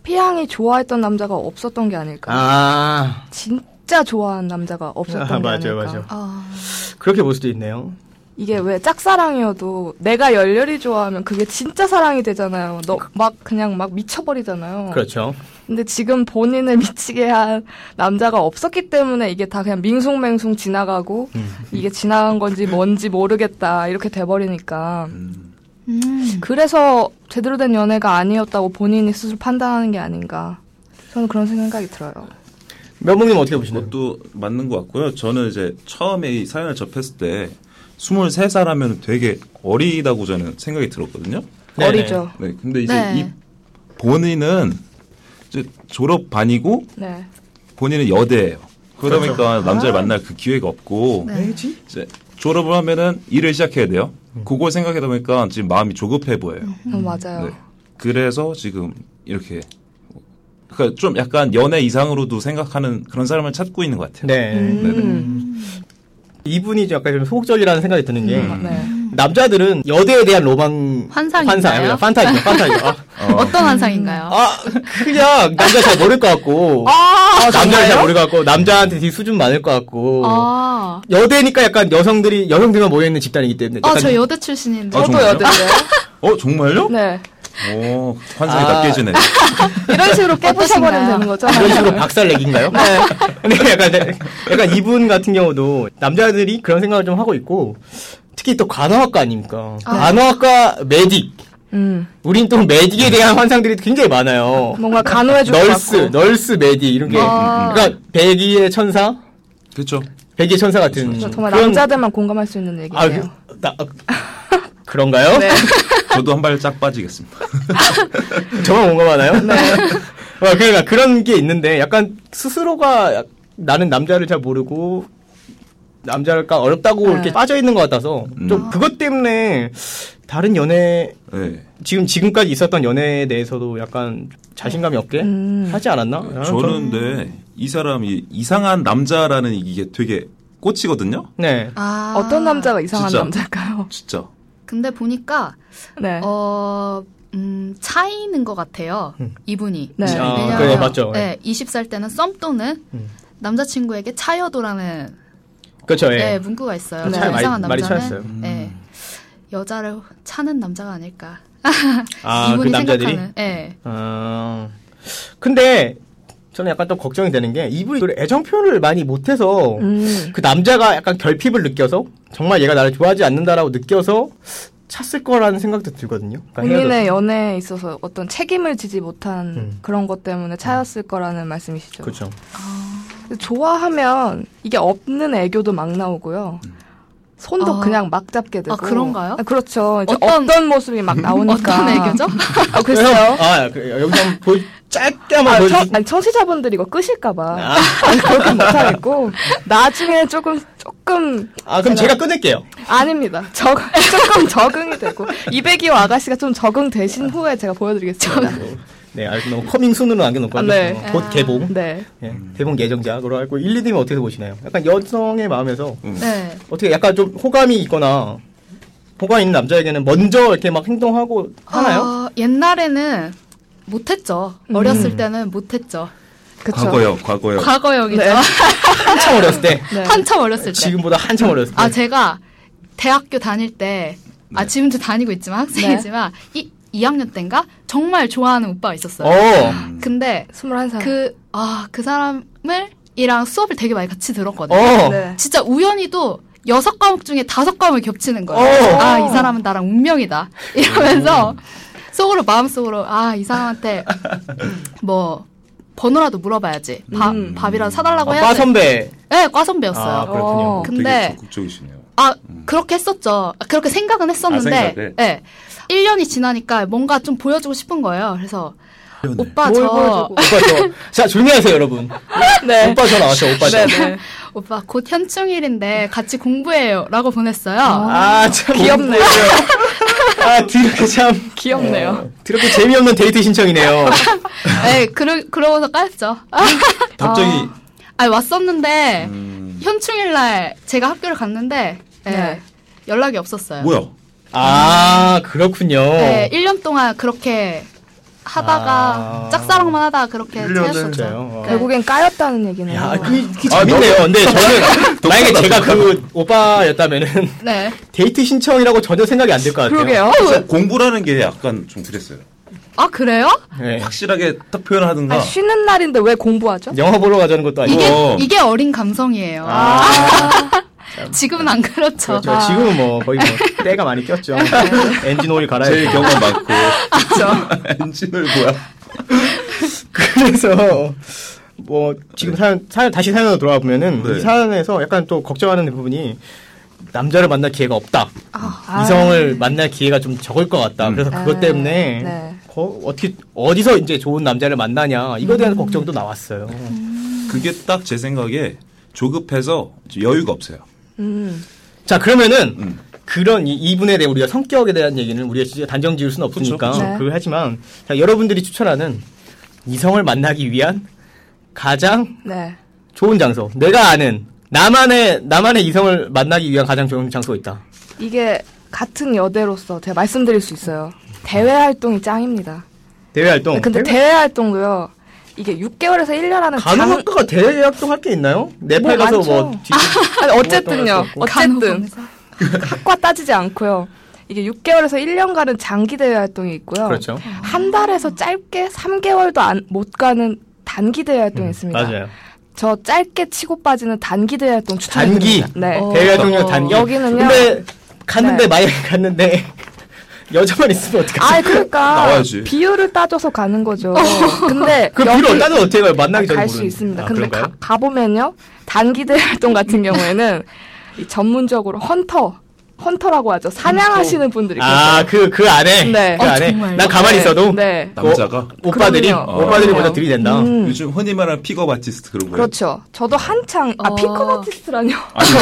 [SPEAKER 3] 피양이 좋아했던 남자가 없었던 게 아닐까.
[SPEAKER 2] 아
[SPEAKER 3] 진짜 좋아하는 남자가 없었던
[SPEAKER 2] 아,
[SPEAKER 3] 게
[SPEAKER 2] 맞아요,
[SPEAKER 3] 아닐까.
[SPEAKER 2] 맞아요.
[SPEAKER 5] 아,
[SPEAKER 2] 그렇게 볼 수도 있네요.
[SPEAKER 3] 이게 왜 짝사랑이어도 내가 열렬히 좋아하면 그게 진짜 사랑이 되잖아요. 너 막 그냥 막 미쳐버리잖아요.
[SPEAKER 2] 그렇죠.
[SPEAKER 3] 근데 지금 본인을 미치게 한 남자가 없었기 때문에 이게 다 그냥 밍숭맹숭 지나가고 이게 지나간 건지 뭔지 모르겠다 이렇게 돼버리니까
[SPEAKER 5] 음.
[SPEAKER 3] 그래서 제대로 된 연애가 아니었다고 본인이 스스로 판단하는 게 아닌가 저는 그런 생각이 들어요.
[SPEAKER 2] 면봉님 어떻게 보시나요?
[SPEAKER 4] 그것도 맞는 것 같고요. 저는 이제 처음에 이 사연을 접했을 때 23살 하면 되게 어리다고 저는 생각이 들었거든요.
[SPEAKER 2] 네네.
[SPEAKER 3] 어리죠.
[SPEAKER 4] 네, 근데 이제
[SPEAKER 5] 네.
[SPEAKER 4] 이 본인은 이제 졸업 반이고
[SPEAKER 3] 네.
[SPEAKER 4] 본인은 여대예요.
[SPEAKER 2] 그렇죠.
[SPEAKER 4] 그러다 보니까 남자를 만날 그 기회가 없고
[SPEAKER 5] 네.
[SPEAKER 2] 왜지?
[SPEAKER 4] 이제 졸업을 하면은 일을 시작해야 돼요. 그걸 생각하다 보니까 지금 마음이 조급해 보여요.
[SPEAKER 3] 음, 맞아요.
[SPEAKER 4] 네. 그래서 지금 이렇게 그러니까 좀 약간 연애 이상으로도 생각하는 그런 사람을 찾고 있는 것 같아요.
[SPEAKER 2] 네.
[SPEAKER 3] 음.
[SPEAKER 2] 이분이 이제 약간 좀 소극적이라는 생각이 드는 게
[SPEAKER 4] 음.
[SPEAKER 3] 네.
[SPEAKER 2] 남자들은 여대에 대한 로망
[SPEAKER 5] 환상이
[SPEAKER 2] 환상
[SPEAKER 5] 있나요?
[SPEAKER 2] 아니라 판타지죠. 판타지죠. 아,
[SPEAKER 5] 어. 떤 환상인가요?
[SPEAKER 2] 아, 그냥 남자 잘 모를 것 같고
[SPEAKER 5] 아,
[SPEAKER 2] 아, 남자 잘 모를 것 같고 남자한테 되게 수준 많을 것 같고
[SPEAKER 5] 아,
[SPEAKER 2] 여대니까 약간 여성들이 여성들만 모여 있는 집단이기 때문에
[SPEAKER 5] 아,
[SPEAKER 2] 약간
[SPEAKER 5] 저 여대 출신인데.
[SPEAKER 4] 어,
[SPEAKER 3] 저도
[SPEAKER 4] 정말요?
[SPEAKER 3] 여대인데요.
[SPEAKER 4] 어 정말요?
[SPEAKER 3] 네.
[SPEAKER 4] 오 환상이
[SPEAKER 2] 아.
[SPEAKER 4] 다 깨지네.
[SPEAKER 3] 이런 식으로 깨부셔버리면 되는 거죠. 네.
[SPEAKER 2] 이런 식으로 박살 내기인가요?
[SPEAKER 5] 네.
[SPEAKER 2] 근데 약간, 약간 이분 같은 경우도 남자들이 그런 생각을 좀 하고 있고 특히 또 간호학과 아닙니까? 간호학과 메딕
[SPEAKER 3] 음.
[SPEAKER 2] 우린 또 메딕에 대한 환상들이 굉장히 많아요.
[SPEAKER 3] 뭔가 간호해줄 것
[SPEAKER 2] 널스,
[SPEAKER 3] 같고.
[SPEAKER 2] 널스 메딕 이런 게
[SPEAKER 5] 음,
[SPEAKER 3] 어.
[SPEAKER 5] 아.
[SPEAKER 2] 그러니까 백의의 천사,
[SPEAKER 4] 네. 음, 그렇죠.
[SPEAKER 2] 백의 천사 같은
[SPEAKER 3] 그래서 그렇죠. 정말 남자들만 공감할 수 있는 얘기예요.
[SPEAKER 2] 아, 그, 나, 아, 그런가요?
[SPEAKER 3] 네.
[SPEAKER 4] 저도 한 발 짝 빠지겠습니다.
[SPEAKER 2] 저만 공감하나요?
[SPEAKER 3] 네.
[SPEAKER 2] 어, 그러니까 그런 게 있는데 약간 스스로가 약- 나는 남자를 잘 모르고 남자랄까 어렵다고
[SPEAKER 3] 네.
[SPEAKER 2] 이렇게 빠져 있는 것 같아서 좀
[SPEAKER 4] 음.
[SPEAKER 2] 그것 때문에 다른 연애
[SPEAKER 4] 네.
[SPEAKER 2] 지금 지금까지 있었던 연애에 대해서도 약간 자신감이 없게
[SPEAKER 3] 음.
[SPEAKER 2] 하지 않았나? 나는
[SPEAKER 4] 아, 저는
[SPEAKER 2] 좀-
[SPEAKER 4] 근데 이 사람이 이상한 남자라는 이게 되게 꽂히거든요.
[SPEAKER 2] 네.
[SPEAKER 5] 아.
[SPEAKER 3] 어떤 남자가 이상한
[SPEAKER 4] 진짜.
[SPEAKER 3] 남자일까요?
[SPEAKER 4] 진짜.
[SPEAKER 5] 근데 보니까
[SPEAKER 3] 네.
[SPEAKER 5] 어, 음, 차이는 것 같아요. 이분이.
[SPEAKER 3] 네.
[SPEAKER 2] 아,
[SPEAKER 5] 왜냐하면,
[SPEAKER 2] 그래, 맞죠.
[SPEAKER 5] 네, 20살 때는 썸또는 남자친구에게 차여도라는
[SPEAKER 2] 그렇죠. 예.
[SPEAKER 5] 네. 문구가 있어요.
[SPEAKER 3] 네.
[SPEAKER 5] 좀
[SPEAKER 3] 차이
[SPEAKER 5] 이상한
[SPEAKER 2] 많이- 많이 차였어요. 음.
[SPEAKER 5] 남자는 네, 여자를 차는 남자가 아닐까.
[SPEAKER 2] 아, 그
[SPEAKER 5] 이분이
[SPEAKER 2] 남자들이.
[SPEAKER 5] 생각하는. 네.
[SPEAKER 2] 아. 근데 저는 약간 또 걱정이 되는 게 이분이 애정 표현을 많이 못 해서
[SPEAKER 3] 음.
[SPEAKER 2] 그 남자가 약간 결핍을 느껴서 정말 얘가 나를 좋아하지 않는다라고 느껴서 찼을 거라는 생각도 들거든요. 그러니까 헤어졌-
[SPEAKER 3] 본인의 연애에 있어서 어떤 책임을 지지 못한
[SPEAKER 2] 음.
[SPEAKER 3] 그런 것 때문에 차였을 거라는 말씀이시죠.
[SPEAKER 2] 그렇죠.
[SPEAKER 3] 근데 좋아하면 이게 없는 애교도 막 나오고요.
[SPEAKER 2] 음.
[SPEAKER 3] 손도
[SPEAKER 5] 아.
[SPEAKER 3] 그냥 막 잡게 되고.
[SPEAKER 5] 아, 그런가요?
[SPEAKER 3] 아, 그렇죠. 이제
[SPEAKER 5] 어떤-
[SPEAKER 3] 어떤, 모습이 막 나오니까.
[SPEAKER 5] 어떤 애교죠?
[SPEAKER 3] 아, 글쎄요.
[SPEAKER 2] 아, 그래요. 여기서 한번 보 짧게 한번
[SPEAKER 3] 아,
[SPEAKER 2] 보여
[SPEAKER 3] 청,
[SPEAKER 2] 주세요.
[SPEAKER 3] 아니, 청취자분들이 이거 끄실까봐.
[SPEAKER 2] 아,
[SPEAKER 3] 그렇게 못하겠고. 나중에 조금, 조금.
[SPEAKER 2] 아, 그럼 제가 끊을게요.
[SPEAKER 3] 아닙니다. 적, 조금 적응이 되고. 202호 아가씨가 좀 적응되신 후에 제가 보여드리겠습니다.
[SPEAKER 2] 네, 알겠습니다. 뭐 커밍 순으로 남겨놓고
[SPEAKER 3] 아,
[SPEAKER 2] 하죠.
[SPEAKER 3] 네.
[SPEAKER 2] 어, 곧 개봉.
[SPEAKER 3] 네.
[SPEAKER 2] 예, 개봉 예정작으로 알고 1, 2등은 어떻게 보시나요? 약간 여성의 마음에서
[SPEAKER 5] 네.
[SPEAKER 2] 어떻게 약간 좀 호감이 있거나 호감 있는 남자에게는 먼저 이렇게 막 행동하고 하나요?
[SPEAKER 5] 어, 옛날에는 못했죠.
[SPEAKER 3] 음.
[SPEAKER 2] 음.
[SPEAKER 5] 어렸을 때는 못했죠.
[SPEAKER 3] 그쵸.
[SPEAKER 4] 과거요, 과거요.
[SPEAKER 5] 과거형이죠.
[SPEAKER 3] 네.
[SPEAKER 2] 한참 어렸을 때.
[SPEAKER 3] 네.
[SPEAKER 5] 한참 어렸을 때.
[SPEAKER 2] 지금보다 네. 한참 어렸을 때.
[SPEAKER 5] 아 제가 대학교 다닐 때,
[SPEAKER 2] 네.
[SPEAKER 5] 아 지금도 다니고 있지만
[SPEAKER 3] 네.
[SPEAKER 5] 학생이지만 이 2학년 때인가 정말 좋아하는 오빠가 있었어요.
[SPEAKER 3] 네.
[SPEAKER 2] 어.
[SPEAKER 5] 근데
[SPEAKER 3] 21살.
[SPEAKER 5] 그 아 그 사람을 이랑 수업을 되게 많이 같이 들었거든요.
[SPEAKER 2] 어.
[SPEAKER 3] 네.
[SPEAKER 5] 진짜 우연히도 여섯 과목 중에 다섯 과목을 겹치는 거예요.
[SPEAKER 2] 어.
[SPEAKER 5] 아 이 사람은 나랑 운명이다 이러면서 속으로 마음속으로 아 이 사람한테 뭐 번호라도 물어봐야지 밥
[SPEAKER 3] 음.
[SPEAKER 5] 밥이라도 사달라고
[SPEAKER 2] 아, 빠
[SPEAKER 5] 해야지.
[SPEAKER 2] 선배.
[SPEAKER 5] 네, 과선배였어요.
[SPEAKER 2] 아, 그렇군요.
[SPEAKER 3] 어.
[SPEAKER 5] 근데-
[SPEAKER 4] 되게 적극적이시네요.
[SPEAKER 5] 아, 그렇게 했었죠. 아, 그렇게 생각은 했었는데,
[SPEAKER 4] 아, 생각을?
[SPEAKER 5] 예. 1년이 지나니까 뭔가 좀 보여주고 싶은 거예요. 그래서,
[SPEAKER 4] 네.
[SPEAKER 5] 오빠
[SPEAKER 3] 뭘
[SPEAKER 5] 저,
[SPEAKER 3] 보여주고.
[SPEAKER 2] 오빠 저. 자, 조용히 하세요, 여러분.
[SPEAKER 3] 네.
[SPEAKER 2] 오빠 저 나왔어요, 오빠 저.
[SPEAKER 3] 네네.
[SPEAKER 5] 오빠 곧 현충일인데 같이 공부해요. 라고 보냈어요.
[SPEAKER 2] 아, 참.
[SPEAKER 3] 귀엽네요.
[SPEAKER 2] 아, 드럽게 참.
[SPEAKER 3] 귀엽네요.
[SPEAKER 2] 드럽게 재미없는 데이트 신청이네요.
[SPEAKER 5] 예, 그러, 그러고서 까였죠.
[SPEAKER 4] 갑자기
[SPEAKER 5] 아, 왔었는데,
[SPEAKER 4] 음,
[SPEAKER 5] 현충일날 제가 학교를 갔는데, 예,
[SPEAKER 3] 네.
[SPEAKER 5] 연락이 없었어요.
[SPEAKER 4] 뭐야?
[SPEAKER 2] 아, 그렇군요.
[SPEAKER 5] 예,
[SPEAKER 3] 네,
[SPEAKER 5] 1년 동안 그렇게 하다가,
[SPEAKER 2] 아.
[SPEAKER 5] 짝사랑만 하다가 그렇게
[SPEAKER 4] 1년을
[SPEAKER 5] 지냈었죠.
[SPEAKER 2] 진짜요? 어. 와.
[SPEAKER 5] 네.
[SPEAKER 3] 결국엔 까였다는 얘기네요.
[SPEAKER 2] 야, 그, 그
[SPEAKER 4] 아,
[SPEAKER 2] 재밌네요. 근데 저는 만약에
[SPEAKER 4] 독특하다,
[SPEAKER 2] 제가 그 오빠였다면은
[SPEAKER 5] 네.
[SPEAKER 2] 데이트 신청이라고 전혀 생각이 안 될 것 같아요.
[SPEAKER 3] 그러게요.
[SPEAKER 4] 공부라는 게 약간 좀 그랬어요.
[SPEAKER 5] 아, 그래요?
[SPEAKER 2] 네.
[SPEAKER 4] 확실하게 딱 표현하든가.
[SPEAKER 3] 아, 쉬는 날인데 왜 공부하죠?
[SPEAKER 2] 영화 보러 가자는 것도 아니고. 아,
[SPEAKER 5] 이게
[SPEAKER 4] 어.
[SPEAKER 5] 이게 어린 감성이에요.
[SPEAKER 3] 아.
[SPEAKER 5] 지금은 안 그렇죠.
[SPEAKER 2] 네. 그렇죠. 지금은 뭐 거의 뭐 때가 많이 꼈죠. 엔진 오일 갈아야
[SPEAKER 4] 제일
[SPEAKER 2] 돼요.
[SPEAKER 4] 경험 많고
[SPEAKER 3] 그렇죠.
[SPEAKER 4] 엔진을 뭐야?
[SPEAKER 2] 그래서 뭐 지금 사연, 사연 다시 사연으로 돌아와 보면은
[SPEAKER 4] 네.
[SPEAKER 2] 이 사연에서 약간 또 걱정하는 부분이 남자를 만날 기회가 없다. 음,
[SPEAKER 3] 아.
[SPEAKER 2] 이성을 만날 기회가 좀 적을 것 같다.
[SPEAKER 4] 음.
[SPEAKER 2] 그래서 그것
[SPEAKER 3] 아,
[SPEAKER 2] 때문에
[SPEAKER 3] 네.
[SPEAKER 2] 거- 어떻게 어디서 이제 좋은 남자를 만나냐 이거에
[SPEAKER 3] 음.
[SPEAKER 2] 대한 걱정도 나왔어요.
[SPEAKER 4] 그게 딱 제 생각에 조급해서 여유가 없어요.
[SPEAKER 3] 음.
[SPEAKER 2] 자 그러면은
[SPEAKER 4] 음.
[SPEAKER 2] 그런 이, 이분에 대해 우리가 성격에 대한 얘기는 우리가 진짜 단정 지을 수는 없으니까
[SPEAKER 3] 그쵸. 네.
[SPEAKER 2] 그걸 하지만 자, 여러분들이 추천하는 이성을 만나기 위한 가장
[SPEAKER 3] 네.
[SPEAKER 2] 좋은 장소 내가 아는 나만의 나만의 이성을 만나기 위한 가장 좋은 장소가 있다.
[SPEAKER 3] 이게 같은 여대로서 제가 말씀드릴 수 있어요. 대외 활동이 짱입니다.
[SPEAKER 2] 대외 활동.
[SPEAKER 3] 근데
[SPEAKER 2] 대외-
[SPEAKER 3] 대외 활동도요. 이게 6개월에서 1년 하는 장...
[SPEAKER 2] 간호학과가 대외 활동 할 게 있나요? 네팔
[SPEAKER 3] 뭐
[SPEAKER 2] 가서
[SPEAKER 3] 많죠.
[SPEAKER 2] 뭐 뒤-
[SPEAKER 3] 아니, 어쨌든요.
[SPEAKER 2] 활동할 수 없고.
[SPEAKER 3] 어쨌든 학과 따지지 않고요. 이게 6개월에서 1년간은 장기 대외 활동이 있고요.
[SPEAKER 2] 그렇죠.
[SPEAKER 3] 한 달에서 짧게 3개월도 안, 못 가는 단기 대회 활동이 있습니다.
[SPEAKER 2] 음, 맞아요.
[SPEAKER 3] 저 짧게 치고 빠지는 단기 대회 활동 추천드립니다.
[SPEAKER 2] 단기?
[SPEAKER 3] 네.
[SPEAKER 5] 어.
[SPEAKER 2] 대외 활동이랑 단기.
[SPEAKER 3] 여기는요?
[SPEAKER 2] 근데 갔는데
[SPEAKER 3] 네.
[SPEAKER 2] 만약에 갔는데 여자만 있으면 어떡하지?
[SPEAKER 3] 아, 그러니까
[SPEAKER 4] 나와야지.
[SPEAKER 3] 비율을 따져서 가는 거죠. 근데
[SPEAKER 2] 그
[SPEAKER 3] 여기-
[SPEAKER 2] 비로 따져 어떻게 가요? 만나기 전에
[SPEAKER 3] 갈 수
[SPEAKER 2] 모르는-
[SPEAKER 3] 있습니다.
[SPEAKER 2] 아,
[SPEAKER 3] 근데
[SPEAKER 2] 그런가요?
[SPEAKER 3] 가, 가보면요. 단기 대회 활동 같은 경우에는 이 전문적으로 헌터, 헌터라고 하죠. 사냥하시는 분들이 계세요.
[SPEAKER 2] 아, 그, 그 안에?
[SPEAKER 3] 네.
[SPEAKER 2] 그
[SPEAKER 5] 어,
[SPEAKER 2] 안에?
[SPEAKER 5] 정말요?
[SPEAKER 2] 난 가만히
[SPEAKER 3] 네,
[SPEAKER 2] 있어도?
[SPEAKER 3] 네.
[SPEAKER 2] 어,
[SPEAKER 4] 남자가
[SPEAKER 2] 오빠들이?
[SPEAKER 3] 그럼요.
[SPEAKER 2] 오빠들이
[SPEAKER 3] 어.
[SPEAKER 2] 먼저 들이댄다.
[SPEAKER 3] 음.
[SPEAKER 4] 요즘 흔히 말하는 픽업 아티스트 그런 거예요.
[SPEAKER 3] 그렇죠. 저도
[SPEAKER 2] 네.
[SPEAKER 3] 한창 아
[SPEAKER 5] 어.
[SPEAKER 3] 피크 아티스트라뇨.
[SPEAKER 4] 아니, 그거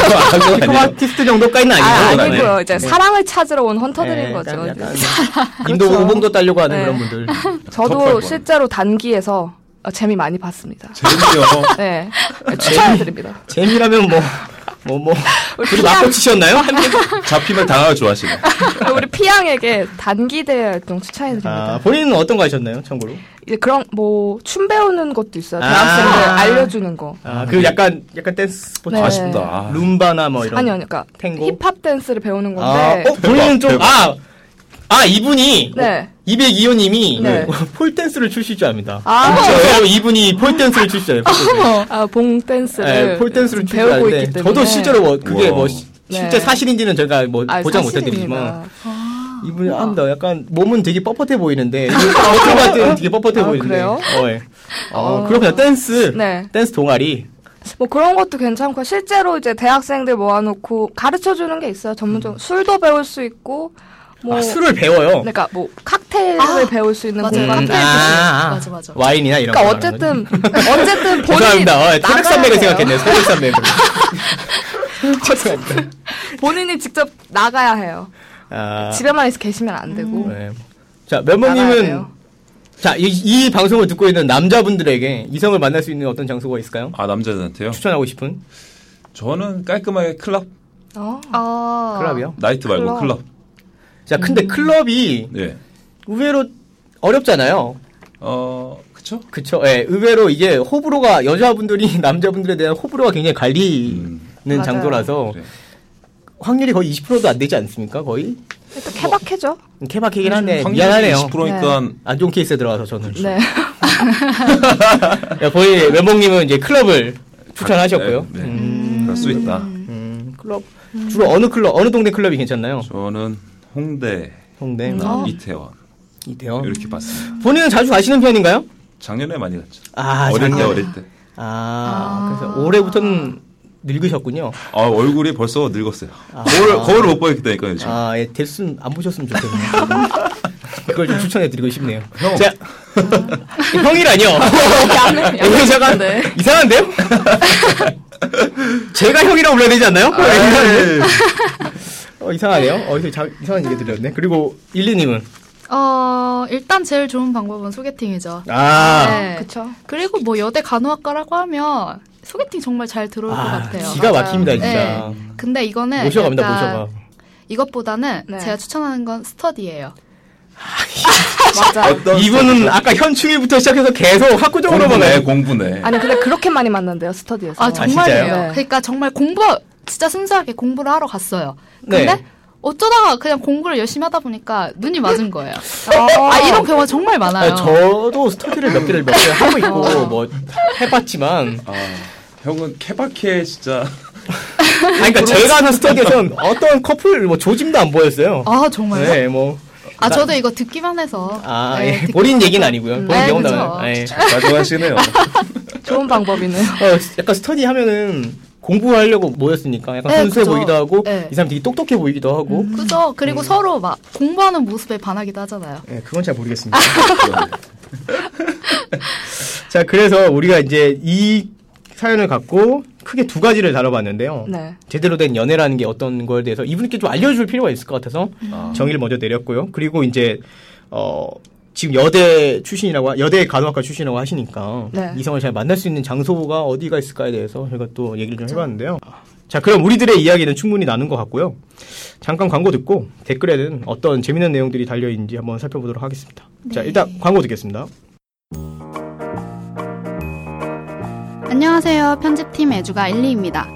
[SPEAKER 2] 그
[SPEAKER 4] 아니에요.
[SPEAKER 2] 아티스트 정도까지는
[SPEAKER 3] 아,
[SPEAKER 2] 아니고.
[SPEAKER 3] 아니고요.
[SPEAKER 2] 네.
[SPEAKER 3] 이제 사랑을 찾으러 온 헌터들인
[SPEAKER 2] 네, 약간-
[SPEAKER 3] 거죠.
[SPEAKER 2] 약간 인도
[SPEAKER 3] 그렇죠.
[SPEAKER 2] 우봉도 따려고 하는
[SPEAKER 3] 네.
[SPEAKER 2] 그런 분들.
[SPEAKER 4] 덕할
[SPEAKER 3] 저도
[SPEAKER 4] 거는.
[SPEAKER 3] 실제로 단기에서 어, 재미 많이 봤습니다.
[SPEAKER 4] 재밌네요.
[SPEAKER 3] 네.
[SPEAKER 2] 아,
[SPEAKER 3] 추천해드립니다.
[SPEAKER 2] 재미라면 뭐, 뭐, 뭐. 둘이 맞고치셨나요? 한 명?
[SPEAKER 4] 잡히면 당하가 좋아하시네.
[SPEAKER 3] 우리 피양에게 단기 대회 활동 추천해드립니다.
[SPEAKER 2] 아, 본인은 어떤 거 하셨나요, 참고로?
[SPEAKER 3] 이제 그런 뭐 춤 배우는 것도 있어요.
[SPEAKER 2] 아.
[SPEAKER 3] 대학생들 알려주는 거.
[SPEAKER 2] 아, 그 약간, 약간 댄스 스포츠.
[SPEAKER 3] 네.
[SPEAKER 4] 음. 아쉽다. 아.
[SPEAKER 2] 룸바나 뭐 이런.
[SPEAKER 3] 아니요, 그러니까
[SPEAKER 2] 탱고?
[SPEAKER 3] 힙합 댄스를 배우는
[SPEAKER 2] 아,
[SPEAKER 3] 건데.
[SPEAKER 2] 어, 본인은 좀,
[SPEAKER 4] 대박.
[SPEAKER 2] 아! 아, 이분이.
[SPEAKER 3] 네.
[SPEAKER 2] 202호님이
[SPEAKER 3] 네.
[SPEAKER 2] 폴댄스를 출시 줄 압니다.
[SPEAKER 3] 아.
[SPEAKER 2] 진짜요? 이분이 폴댄스를 출시해요.
[SPEAKER 3] 아, 봉 댄스를
[SPEAKER 2] 어? 네, 폴댄스를
[SPEAKER 3] 지금 배우고
[SPEAKER 2] 출시하는데
[SPEAKER 3] 있기 때문에.
[SPEAKER 2] 저도 실제로 뭐 그게 뭐
[SPEAKER 4] 우와.
[SPEAKER 2] 시-
[SPEAKER 3] 네.
[SPEAKER 2] 실제 사실인지는 저희가 뭐
[SPEAKER 3] 아,
[SPEAKER 2] 보장
[SPEAKER 3] 사실입니다.
[SPEAKER 2] 못했겠지만 이분이 합니다. 약간 몸은 되게 뻣뻣해 보이는데 어깨가 되게 뻣뻣해
[SPEAKER 3] 아,
[SPEAKER 2] 보이는데.
[SPEAKER 3] 그래요?
[SPEAKER 2] 어, 예. 어, 그렇구나. 댄스.
[SPEAKER 3] 네.
[SPEAKER 2] 댄스 동아리.
[SPEAKER 3] 뭐 그런 것도 괜찮고 실제로 이제 대학생들 모아놓고 가르쳐 주는 게 있어요. 전문적으로 술도 배울 수 있고 뭐
[SPEAKER 2] 음. 아, 술을 배워요. 음,
[SPEAKER 3] 그러니까 뭐 칵테일을
[SPEAKER 5] 아,
[SPEAKER 3] 배울 수 있는
[SPEAKER 5] 맞아요.
[SPEAKER 3] 공간.
[SPEAKER 5] 칵테일
[SPEAKER 3] 칵테일
[SPEAKER 2] 아,
[SPEAKER 5] 드시-
[SPEAKER 2] 아.
[SPEAKER 5] 맞아, 맞아.
[SPEAKER 2] 와인이나 이런
[SPEAKER 3] 그러니까
[SPEAKER 2] 거 말하는 거죠?
[SPEAKER 3] 어쨌든 어쨌든 본인이
[SPEAKER 2] 죄송합니다. 어, 예,
[SPEAKER 3] 나가야
[SPEAKER 2] 소백 산맥을
[SPEAKER 3] 돼요.
[SPEAKER 2] 생각했네요. 소백 산맥을. 죄송합니다.
[SPEAKER 3] 본인이 직접 나가야 해요.
[SPEAKER 2] 아,
[SPEAKER 3] 집에만 있어 계시면 안 되고
[SPEAKER 2] 네. 자,
[SPEAKER 3] 나가야
[SPEAKER 2] 멤버님은
[SPEAKER 3] 돼요.
[SPEAKER 2] 자, 이, 이 방송을 듣고 있는 남자분들에게 이성을 만날 수 있는 어떤 장소가 있을까요?
[SPEAKER 4] 아, 남자들한테요?
[SPEAKER 2] 추천하고 싶은
[SPEAKER 4] 저는 깔끔하게 클럽,
[SPEAKER 3] 어.
[SPEAKER 5] 어.
[SPEAKER 2] 클럽이요.
[SPEAKER 4] 나이트 말고
[SPEAKER 3] 클럽.
[SPEAKER 4] 클럽.
[SPEAKER 2] 자,
[SPEAKER 3] 음.
[SPEAKER 2] 근데 클럽이
[SPEAKER 4] 예.
[SPEAKER 2] 의외로 어렵잖아요.
[SPEAKER 4] 어, 그쵸?
[SPEAKER 2] 그쵸? 예, 의외로 이게 호불호가 여자분들이 남자분들에 대한 호불호가 굉장히 갈리는
[SPEAKER 4] 음.
[SPEAKER 3] 맞아요.
[SPEAKER 2] 장소라서
[SPEAKER 4] 그래.
[SPEAKER 2] 확률이 거의 20%도 안 되지 않습니까? 거의
[SPEAKER 3] 일단 케바케죠.
[SPEAKER 2] 케바케긴 한데
[SPEAKER 4] 확률이
[SPEAKER 2] 미안하네요.
[SPEAKER 4] 20%니까
[SPEAKER 2] 안 좋은 케이스에 들어가서 저는.
[SPEAKER 3] 네.
[SPEAKER 2] 야, 거의 멘봉님은 이제 클럽을 추천하셨고요.
[SPEAKER 4] 네, 네.
[SPEAKER 2] 음,
[SPEAKER 4] 그럴 수 있다.
[SPEAKER 2] 음, 클럽 주로 어느 클럽 어느 동네 클럽이 괜찮나요?
[SPEAKER 4] 저는 홍대,
[SPEAKER 2] 동네 아,
[SPEAKER 3] 어?
[SPEAKER 4] 나 이태원
[SPEAKER 2] 이태원.
[SPEAKER 4] 이렇게 봤습니다.
[SPEAKER 2] 본인은 자주 가시는 편인가요?
[SPEAKER 4] 작년에 많이 갔죠.
[SPEAKER 2] 아,
[SPEAKER 4] 어릴 때
[SPEAKER 2] 작년에.
[SPEAKER 4] 어릴 때.
[SPEAKER 2] 아, 그래서 올해부터는 늙으셨군요.
[SPEAKER 4] 아 얼굴이 벌써 늙었어요. 거울 거울을 못 보겠기 때문에 요즘.
[SPEAKER 2] 아, 예, 델슨 안 보셨으면 좋겠네요. 그걸 좀 추천해드리고 싶네요.
[SPEAKER 4] 형.
[SPEAKER 2] 자, 형이라뇨. 이 잠깐
[SPEAKER 5] 네.
[SPEAKER 2] 이상한데요? 제가 형이라고 불러야 되지 않나요?
[SPEAKER 4] 아, 예, 에이.
[SPEAKER 2] 어, 이상하네요. 어, 이상- 자- 이상한 얘기 들렸네. 그리고 일리님은
[SPEAKER 5] 어, 일단 제일 좋은 방법은 소개팅이죠.
[SPEAKER 2] 아,
[SPEAKER 5] 네.
[SPEAKER 3] 그렇죠.
[SPEAKER 5] 그리고 뭐 여대 간호학과라고 하면 소개팅 정말 잘 들어올 것
[SPEAKER 2] 아
[SPEAKER 5] 같아요.
[SPEAKER 2] 기가 막힙니다
[SPEAKER 5] 네.
[SPEAKER 2] 진짜.
[SPEAKER 5] 근데 이거는
[SPEAKER 2] 모셔갑니다
[SPEAKER 5] 약간
[SPEAKER 2] 모셔가.
[SPEAKER 5] 이것보다는
[SPEAKER 3] 네.
[SPEAKER 5] 제가 추천하는 건 스터디예요.
[SPEAKER 3] 맞아. 요
[SPEAKER 4] 어떤
[SPEAKER 2] 이분은 아까 현충일부터 시작해서 계속 학구적으로만
[SPEAKER 4] 공부네
[SPEAKER 2] 해.
[SPEAKER 4] 공부네.
[SPEAKER 3] 아니 근데 그렇게 많이 만난대요 스터디에서.
[SPEAKER 5] 아 정말이에요.
[SPEAKER 3] 진짜요? 네.
[SPEAKER 5] 그러니까 정말 공부 진짜 순수하게 공부를 하러 갔어요.
[SPEAKER 2] 네.
[SPEAKER 5] 근데 어쩌다가 그냥 공부를 열심히 하다 보니까 눈이 맞은 거예요.
[SPEAKER 3] 아,
[SPEAKER 5] 아 이런 경우가 정말 많아요. 네.
[SPEAKER 2] 아, 저도 스터디를 몇 개를 몇 개 하고 있고
[SPEAKER 5] 어.
[SPEAKER 2] 뭐 해봤지만
[SPEAKER 4] 아, 형은 케바케 진짜
[SPEAKER 2] 아니, 그러니까 제가 하는 스터디에서는 어떤 커플 뭐 조짐도 안 보였어요.
[SPEAKER 5] 아 정말요?
[SPEAKER 2] 네, 뭐.
[SPEAKER 5] 아 저도 이거 듣기만 해서
[SPEAKER 2] 아,
[SPEAKER 5] 네,
[SPEAKER 2] 예.
[SPEAKER 5] 듣기-
[SPEAKER 2] 본인 얘기는 아니고요. 본인
[SPEAKER 5] 네,
[SPEAKER 2] 경험담은. 예.
[SPEAKER 5] 그쵸.
[SPEAKER 4] 가져가시네요.
[SPEAKER 3] 좋은 방법이네요.
[SPEAKER 2] 어, 약간 스터디 하면은 공부하려고 모였으니까 약간
[SPEAKER 5] 네,
[SPEAKER 2] 순수해
[SPEAKER 5] 그죠.
[SPEAKER 2] 보이기도 하고
[SPEAKER 5] 네. 음.
[SPEAKER 2] 이 사람 되게 똑똑해 보이기도 하고
[SPEAKER 5] 그죠?
[SPEAKER 2] 음.
[SPEAKER 5] 그리고 서로 막 공부하는 모습에 반하기도 하잖아요.
[SPEAKER 2] 네, 그건 잘 모르겠습니다. 자, 그래서 우리가 이제 이 사연을 갖고 크게 두 가지를 다뤄봤는데요.
[SPEAKER 3] 네.
[SPEAKER 2] 제대로 된 연애라는 게 어떤 거에 대해서 이분께 좀 알려줄 필요가 있을 것 같아서
[SPEAKER 4] 아.
[SPEAKER 2] 정의를 먼저 내렸고요. 그리고 이제 어 지금 여대 출신이라고 하- 여대 간호학과 출신이라고 하시니까
[SPEAKER 3] 네.
[SPEAKER 2] 이성을 잘 만날 수 있는 장소가 어디가 있을까에 대해서 저희가 또 얘기를 좀 해봤는데요. 자 그럼 우리들의 이야기는 충분히 나눈 것 같고요. 잠깐 광고 듣고 댓글에는 어떤 재미있는 내용들이 달려 있는지 한번 살펴보도록 하겠습니다. 자 일단 광고 듣겠습니다.
[SPEAKER 5] 안녕하세요. 편집팀 애주가 일리입니다.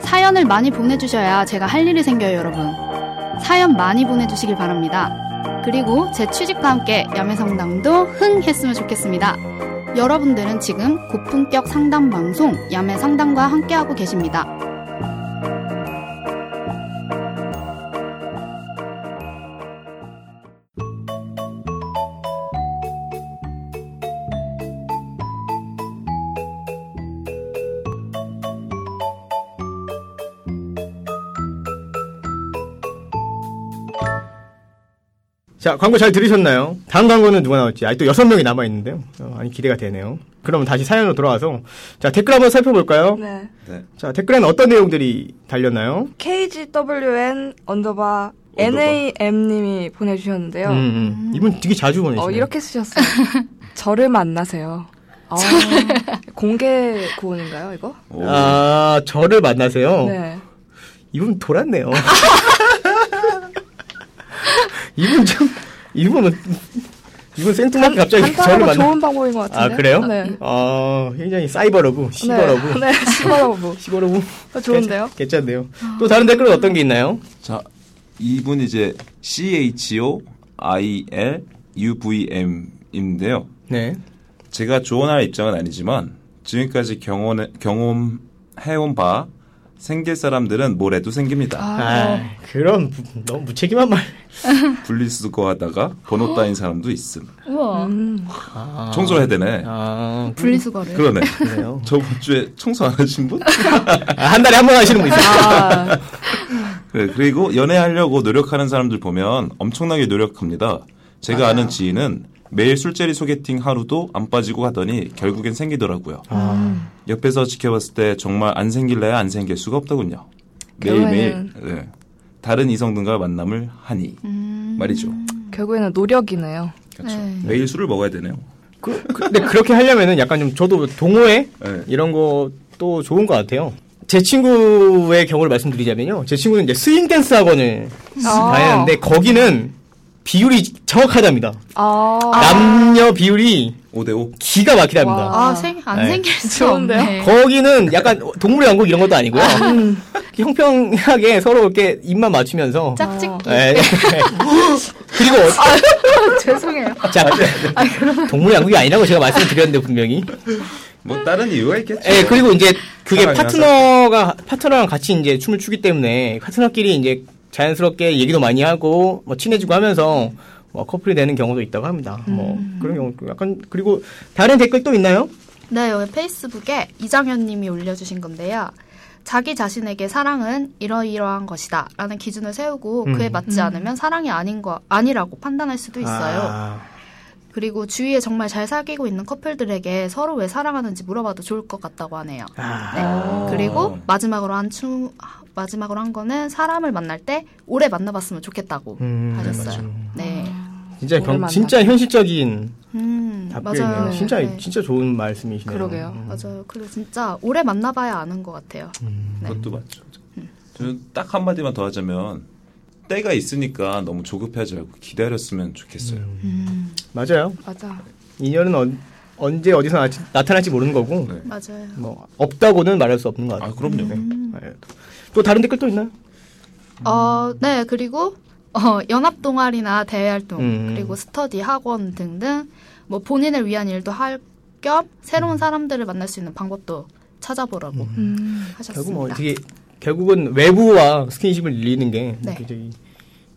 [SPEAKER 5] 사연을 많이 보내주셔야 제가 할 일이 생겨요, 여러분. 사연 많이 보내주시길 바랍니다. 그리고 제 취직과 함께 야매상담도 흥했으면 좋겠습니다. 여러분들은 지금 고품격 상담 방송 야매상담과 함께하고 계십니다.
[SPEAKER 2] 자 광고 잘 들으셨나요? 다음 광고는 누가 나올지 아직도 여섯 명이 남아 있는데요. 아니 기대가 되네요. 그럼 다시 사연으로 돌아와서 자 댓글 한번 살펴볼까요?
[SPEAKER 3] 네.
[SPEAKER 4] 네.
[SPEAKER 2] 자 댓글에는 어떤 내용들이 달렸나요?
[SPEAKER 3] KGWN 언더바 NAM님이 보내주셨는데요.
[SPEAKER 2] 음, 음. 이분 되게 자주 보내시네요.
[SPEAKER 3] 어, 이렇게 쓰셨어요. 저를 만나세요. 어, 공개 구원인가요, 이거?
[SPEAKER 4] 오.
[SPEAKER 2] 아 저를 만나세요.
[SPEAKER 3] 네.
[SPEAKER 2] 이분 돌았네요. 이분 좀 이분은 이분 생뚱맞게 갑자기 저를
[SPEAKER 3] 간단하고
[SPEAKER 2] 만나.
[SPEAKER 3] 좋은 방법인 것 같은데.
[SPEAKER 2] 아 그래요?
[SPEAKER 3] 네.
[SPEAKER 2] 아 굉장히 사이버러브 시버러브
[SPEAKER 3] 네, 네, 시버러브.
[SPEAKER 2] 시버러브
[SPEAKER 3] 어, 좋은데요?
[SPEAKER 2] 괜찮, 괜찮네요. 또 다른 댓글은 어떤 게 있나요?
[SPEAKER 4] 자, 이분 이제 CHO IL UVM인데요.
[SPEAKER 2] 네.
[SPEAKER 4] 제가 조언할 입장은 아니지만 지금까지 경험 경험해온 바 생길 사람들은 뭘 해도 생깁니다.
[SPEAKER 2] 아,
[SPEAKER 3] 아,
[SPEAKER 2] 그런 무- 너무 무책임한 말.
[SPEAKER 4] 분리수거 하다가 번호 따인 사람도 있음.
[SPEAKER 5] 우와.
[SPEAKER 3] 음.
[SPEAKER 2] 아,
[SPEAKER 4] 청소를 해야 되네.
[SPEAKER 2] 아
[SPEAKER 5] 분리수거를.
[SPEAKER 4] 그러네.
[SPEAKER 2] 그래요.
[SPEAKER 4] 저번 주에 청소 안 하신 분?
[SPEAKER 2] 아, 한 달에 한 번 하시는 분 있어요.
[SPEAKER 3] 아,
[SPEAKER 4] 네, 그리고 연애하려고 노력하는 사람들 보면 엄청나게 노력합니다. 제가 아는 지인은 매일 술자리 소개팅 하루도 안 빠지고 하더니 결국엔 생기더라고요.
[SPEAKER 2] 아,
[SPEAKER 4] 옆에서 지켜봤을 때 정말 안 생길래야 안 생길 수가 없더군요. 매일매일 네, 다른 이성들과 만남을 하니 말이죠.
[SPEAKER 3] 결국에는 노력이네요.
[SPEAKER 4] 그렇죠.
[SPEAKER 5] 네.
[SPEAKER 4] 매일 술을 먹어야 되네요.
[SPEAKER 2] 그, 그- 근데 그렇게 하려면은 약간 좀 저도 동호회
[SPEAKER 4] 네.
[SPEAKER 2] 이런 것도 좋은 것 같아요. 제 친구의 경우를 말씀드리자면요. 제 친구는 이제 스윙 댄스 학원을
[SPEAKER 3] 아.
[SPEAKER 2] 다녔는데 거기는 비율이 정확하답니다.
[SPEAKER 3] 아,
[SPEAKER 2] 남녀 비율이
[SPEAKER 4] 5대5.
[SPEAKER 2] 기가 막히답니다.
[SPEAKER 3] 와.
[SPEAKER 5] 아, 생, 안
[SPEAKER 2] 네.
[SPEAKER 5] 생길 수
[SPEAKER 3] 좋은데요?
[SPEAKER 5] 없네.
[SPEAKER 2] 거기는 약간 동물의 왕국 이런 것도 아니고요. 형평하게 서로 이렇게 입만 맞추면서
[SPEAKER 5] 짝짓기.
[SPEAKER 2] 예. 그리고 어-
[SPEAKER 5] 죄송해요.
[SPEAKER 2] 자, 동물 양국이 아니라고 제가 말씀을 드렸는데 분명히.
[SPEAKER 4] 뭐 다른 이유가 있겠죠.
[SPEAKER 2] 예, 그리고 이제 그게
[SPEAKER 4] 사람이
[SPEAKER 2] 파트너가 파트너랑 같이 이제 춤을 추기 때문에 파트너끼리 이제 자연스럽게 얘기도 많이 하고 뭐 친해지고 하면서 뭐 커플이 되는 경우도 있다고 합니다. 뭐 그런 경우 약간 그리고 다른 댓글 또 있나요?
[SPEAKER 6] 네, 여기 페이스북에 이장현님이 올려주신 건데요. 자기 자신에게 사랑은 이러이러한 것이다 라는 기준을 세우고
[SPEAKER 2] 음.
[SPEAKER 6] 그에 맞지 않으면 사랑이 아닌 거 아니라고 판단할 수도 있어요.
[SPEAKER 2] 아,
[SPEAKER 6] 그리고 주위에 정말 잘 사귀고 있는 커플들에게 서로 왜 사랑하는지 물어봐도 좋을 것 같다고 하네요.
[SPEAKER 2] 아,
[SPEAKER 6] 네. 그리고 마지막으로 한 추, 마지막으로 한 거는 사람을 만날 때 오래 만나봤으면 좋겠다고
[SPEAKER 2] 음,
[SPEAKER 6] 하셨어요.
[SPEAKER 2] 맞아요.
[SPEAKER 6] 네,
[SPEAKER 2] 진짜 경-
[SPEAKER 3] 오랜만이다.
[SPEAKER 2] 진짜 현실적인
[SPEAKER 6] 음,
[SPEAKER 2] 답변이네요.
[SPEAKER 6] 맞아요.
[SPEAKER 2] 진짜
[SPEAKER 6] 네.
[SPEAKER 2] 진짜 좋은 말씀이시네요.
[SPEAKER 3] 그러게요.
[SPEAKER 2] 음.
[SPEAKER 6] 맞아요. 그리고 진짜 오래 만나봐야 아는 것 같아요.
[SPEAKER 2] 네. 음.
[SPEAKER 4] 그것도 맞죠. 저는 딱 한마디만 더 하자면 때가 있으니까 너무 조급해하지 말고 기다렸으면 좋겠어요.
[SPEAKER 2] 음. 맞아요.
[SPEAKER 3] 맞아.
[SPEAKER 2] 인연은 언- 언제 어디서 나, 나타날지 모르는 거고
[SPEAKER 4] 네.
[SPEAKER 6] 맞아요.
[SPEAKER 2] 뭐 없다고는 말할 수 없는 것 같아요.
[SPEAKER 4] 아 그럼요.
[SPEAKER 6] 음.
[SPEAKER 2] 네. 또 다른 댓글 또 있나요?
[SPEAKER 6] 어,
[SPEAKER 2] 음.
[SPEAKER 6] 네, 그리고 어, 연합 동아리나 대외 활동,
[SPEAKER 2] 음.
[SPEAKER 6] 그리고 스터디 학원 등등 뭐 본인을 위한 일도 할 겸
[SPEAKER 2] 음.
[SPEAKER 6] 새로운 사람들을 만날 수 있는 방법도 찾아보라고
[SPEAKER 3] 음.
[SPEAKER 6] 하셨습니다.
[SPEAKER 2] 결국 뭐 되게 결국은 외부와 스킨십을 늘리는 게
[SPEAKER 6] 네.
[SPEAKER 2] 굉장히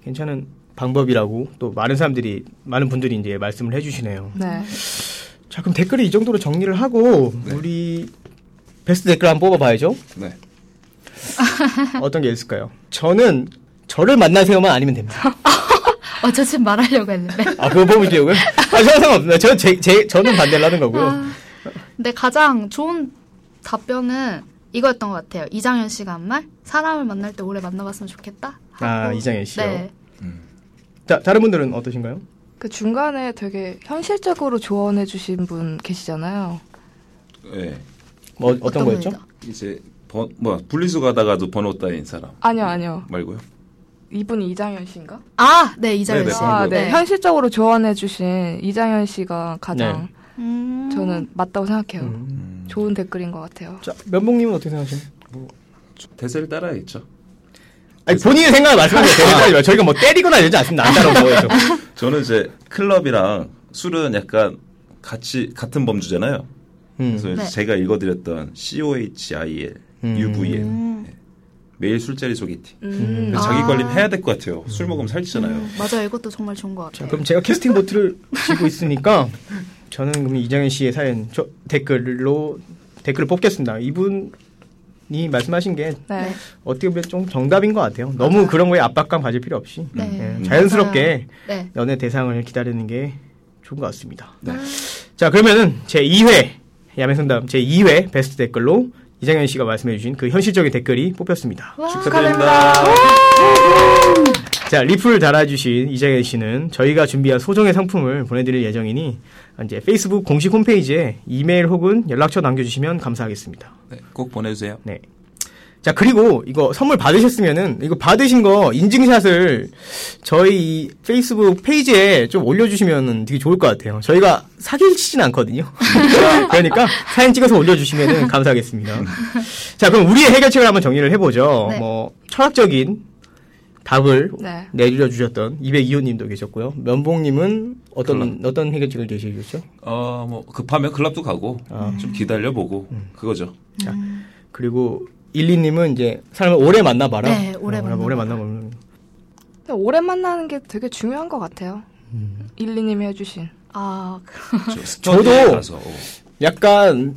[SPEAKER 2] 괜찮은 방법이라고 또 많은 사람들이 많은 분들이 이제 말씀을 해주시네요.
[SPEAKER 3] 네.
[SPEAKER 2] 자, 그럼 댓글을 이 정도로 정리를 하고
[SPEAKER 4] 네.
[SPEAKER 2] 우리 베스트 댓글 한번 뽑아봐야죠.
[SPEAKER 4] 네.
[SPEAKER 2] 어떤 게 있을까요? 저는 저를 만나세요만 아니면 됩니다.
[SPEAKER 6] 어, 저 지금 말하려고 했는데.
[SPEAKER 2] 아, 그거 뽑으시려고요? 아, 저는 상관없습니다. 저는, 제, 제, 저는 반대를 하는
[SPEAKER 6] 아.
[SPEAKER 2] 거고요.
[SPEAKER 6] 근데 가장 좋은 답변은 이거였던 것 같아요. 이장현 씨가 한 말? 사람을 만날 때 오래 만나봤으면 좋겠다? 하고.
[SPEAKER 2] 아, 이장현 씨요?
[SPEAKER 6] 네.
[SPEAKER 2] 자, 다른 분들은 어떠신가요?
[SPEAKER 3] 그 중간에 되게 현실적으로 조언해 주신 분 계시잖아요.
[SPEAKER 4] 예.
[SPEAKER 2] 뭐, 어떤 거였죠?
[SPEAKER 6] 분이죠?
[SPEAKER 4] 이제 번, 뭐 분리수 가다가도 번호 따인 사람
[SPEAKER 3] 아니요, 아니요.
[SPEAKER 4] 말고요.
[SPEAKER 3] 이분이 이장현 씨인가?
[SPEAKER 6] 아, 네, 이장현
[SPEAKER 4] 네네,
[SPEAKER 6] 씨.
[SPEAKER 3] 아,
[SPEAKER 4] 방금.
[SPEAKER 3] 네. 현실적으로 조언해 주신 이장현 씨가 가장
[SPEAKER 6] 음.
[SPEAKER 3] 저는 맞다고 생각해요.
[SPEAKER 2] 네. 음.
[SPEAKER 4] 음,
[SPEAKER 3] 좋은 댓글인 것 같아요.
[SPEAKER 2] 자, 면봉님은 어떻게 생각하세요?
[SPEAKER 4] 대세를 따라야겠죠.
[SPEAKER 2] 아니, 본인의 생각을 말씀하세요. 대답하지 저희가 뭐 때리거나 이러지 않습니다. 안 따라온 거예요. 저.
[SPEAKER 4] 저는 이제 클럽이랑 술은 약간 같이 같은 범주잖아요. 그래서
[SPEAKER 2] 음.
[SPEAKER 6] 네.
[SPEAKER 4] 제가 읽어드렸던 COHIL,
[SPEAKER 2] 음.
[SPEAKER 4] UVL
[SPEAKER 6] 음.
[SPEAKER 4] 네. 매일 술자리 소개팅.
[SPEAKER 2] 음.
[SPEAKER 4] 근데 자기
[SPEAKER 6] 아.
[SPEAKER 4] 관리 해야 될 것 같아요. 술 먹으면 살찌잖아요.
[SPEAKER 6] 맞아요. 이것도 정말 좋은 것 같아요.
[SPEAKER 2] 네. 자, 그럼 제가 캐스팅 보트를 쥐고 있으니까 저는 그럼 이장현 씨의 사연 저, 댓글로 댓글을 뽑겠습니다. 이분이 말씀하신 게
[SPEAKER 3] 네.
[SPEAKER 2] 어떻게 보면 좀 정답인 것 같아요. 너무 그런 거에 압박감 가질 필요 없이
[SPEAKER 6] 네.
[SPEAKER 2] 예, 자연스럽게
[SPEAKER 6] 네.
[SPEAKER 2] 연애 대상을 기다리는 게 좋은 것 같습니다.
[SPEAKER 4] 네.
[SPEAKER 2] 자 그러면은 제 2회 야매상담 제 2회 베스트 댓글로 이장현 씨가 말씀해주신 그 현실적인 댓글이 뽑혔습니다.
[SPEAKER 6] 와,
[SPEAKER 2] 자 리플 달아주신 이장현 씨는 저희가 준비한 소정의 상품을 보내드릴 예정이니 이제 페이스북 공식 홈페이지에 이메일 혹은 연락처 남겨주시면 감사하겠습니다.
[SPEAKER 4] 네, 꼭 보내주세요.
[SPEAKER 2] 네. 자, 그리고 이거 선물 받으셨으면은 이거 받으신 거 인증샷을 저희 이 페이스북 페이지에 좀 올려주시면 되게 좋을 것 같아요. 저희가 사기를 치진 않거든요. 그러니까 사진 찍어서 올려주시면 감사하겠습니다. 자, 그럼 우리의 해결책을 한번 정리를 해보죠.
[SPEAKER 6] 네.
[SPEAKER 2] 뭐, 철학적인 답을
[SPEAKER 3] 네.
[SPEAKER 2] 내려주셨던 202호님도 계셨고요. 면봉님은 어떤,
[SPEAKER 4] 그럼.
[SPEAKER 2] 어떤 해결책을 제시해주셨죠?
[SPEAKER 4] 어, 뭐 급하면 클럽도 가고
[SPEAKER 2] 아.
[SPEAKER 4] 좀 기다려 보고
[SPEAKER 2] 음.
[SPEAKER 4] 그거죠.
[SPEAKER 2] 그리고 12님은 이제 사람을 오래 만나봐라.
[SPEAKER 6] 네, 오래
[SPEAKER 2] 어,
[SPEAKER 6] 만나봐라.
[SPEAKER 2] 오래 만나보면
[SPEAKER 3] 근데 오래 만나는 게 되게 중요한 것 같아요.
[SPEAKER 2] 음.
[SPEAKER 3] 일리님이 해주신.
[SPEAKER 6] 아,
[SPEAKER 4] 저 스터디에
[SPEAKER 2] 저도-
[SPEAKER 4] 가서. 어.
[SPEAKER 2] 약간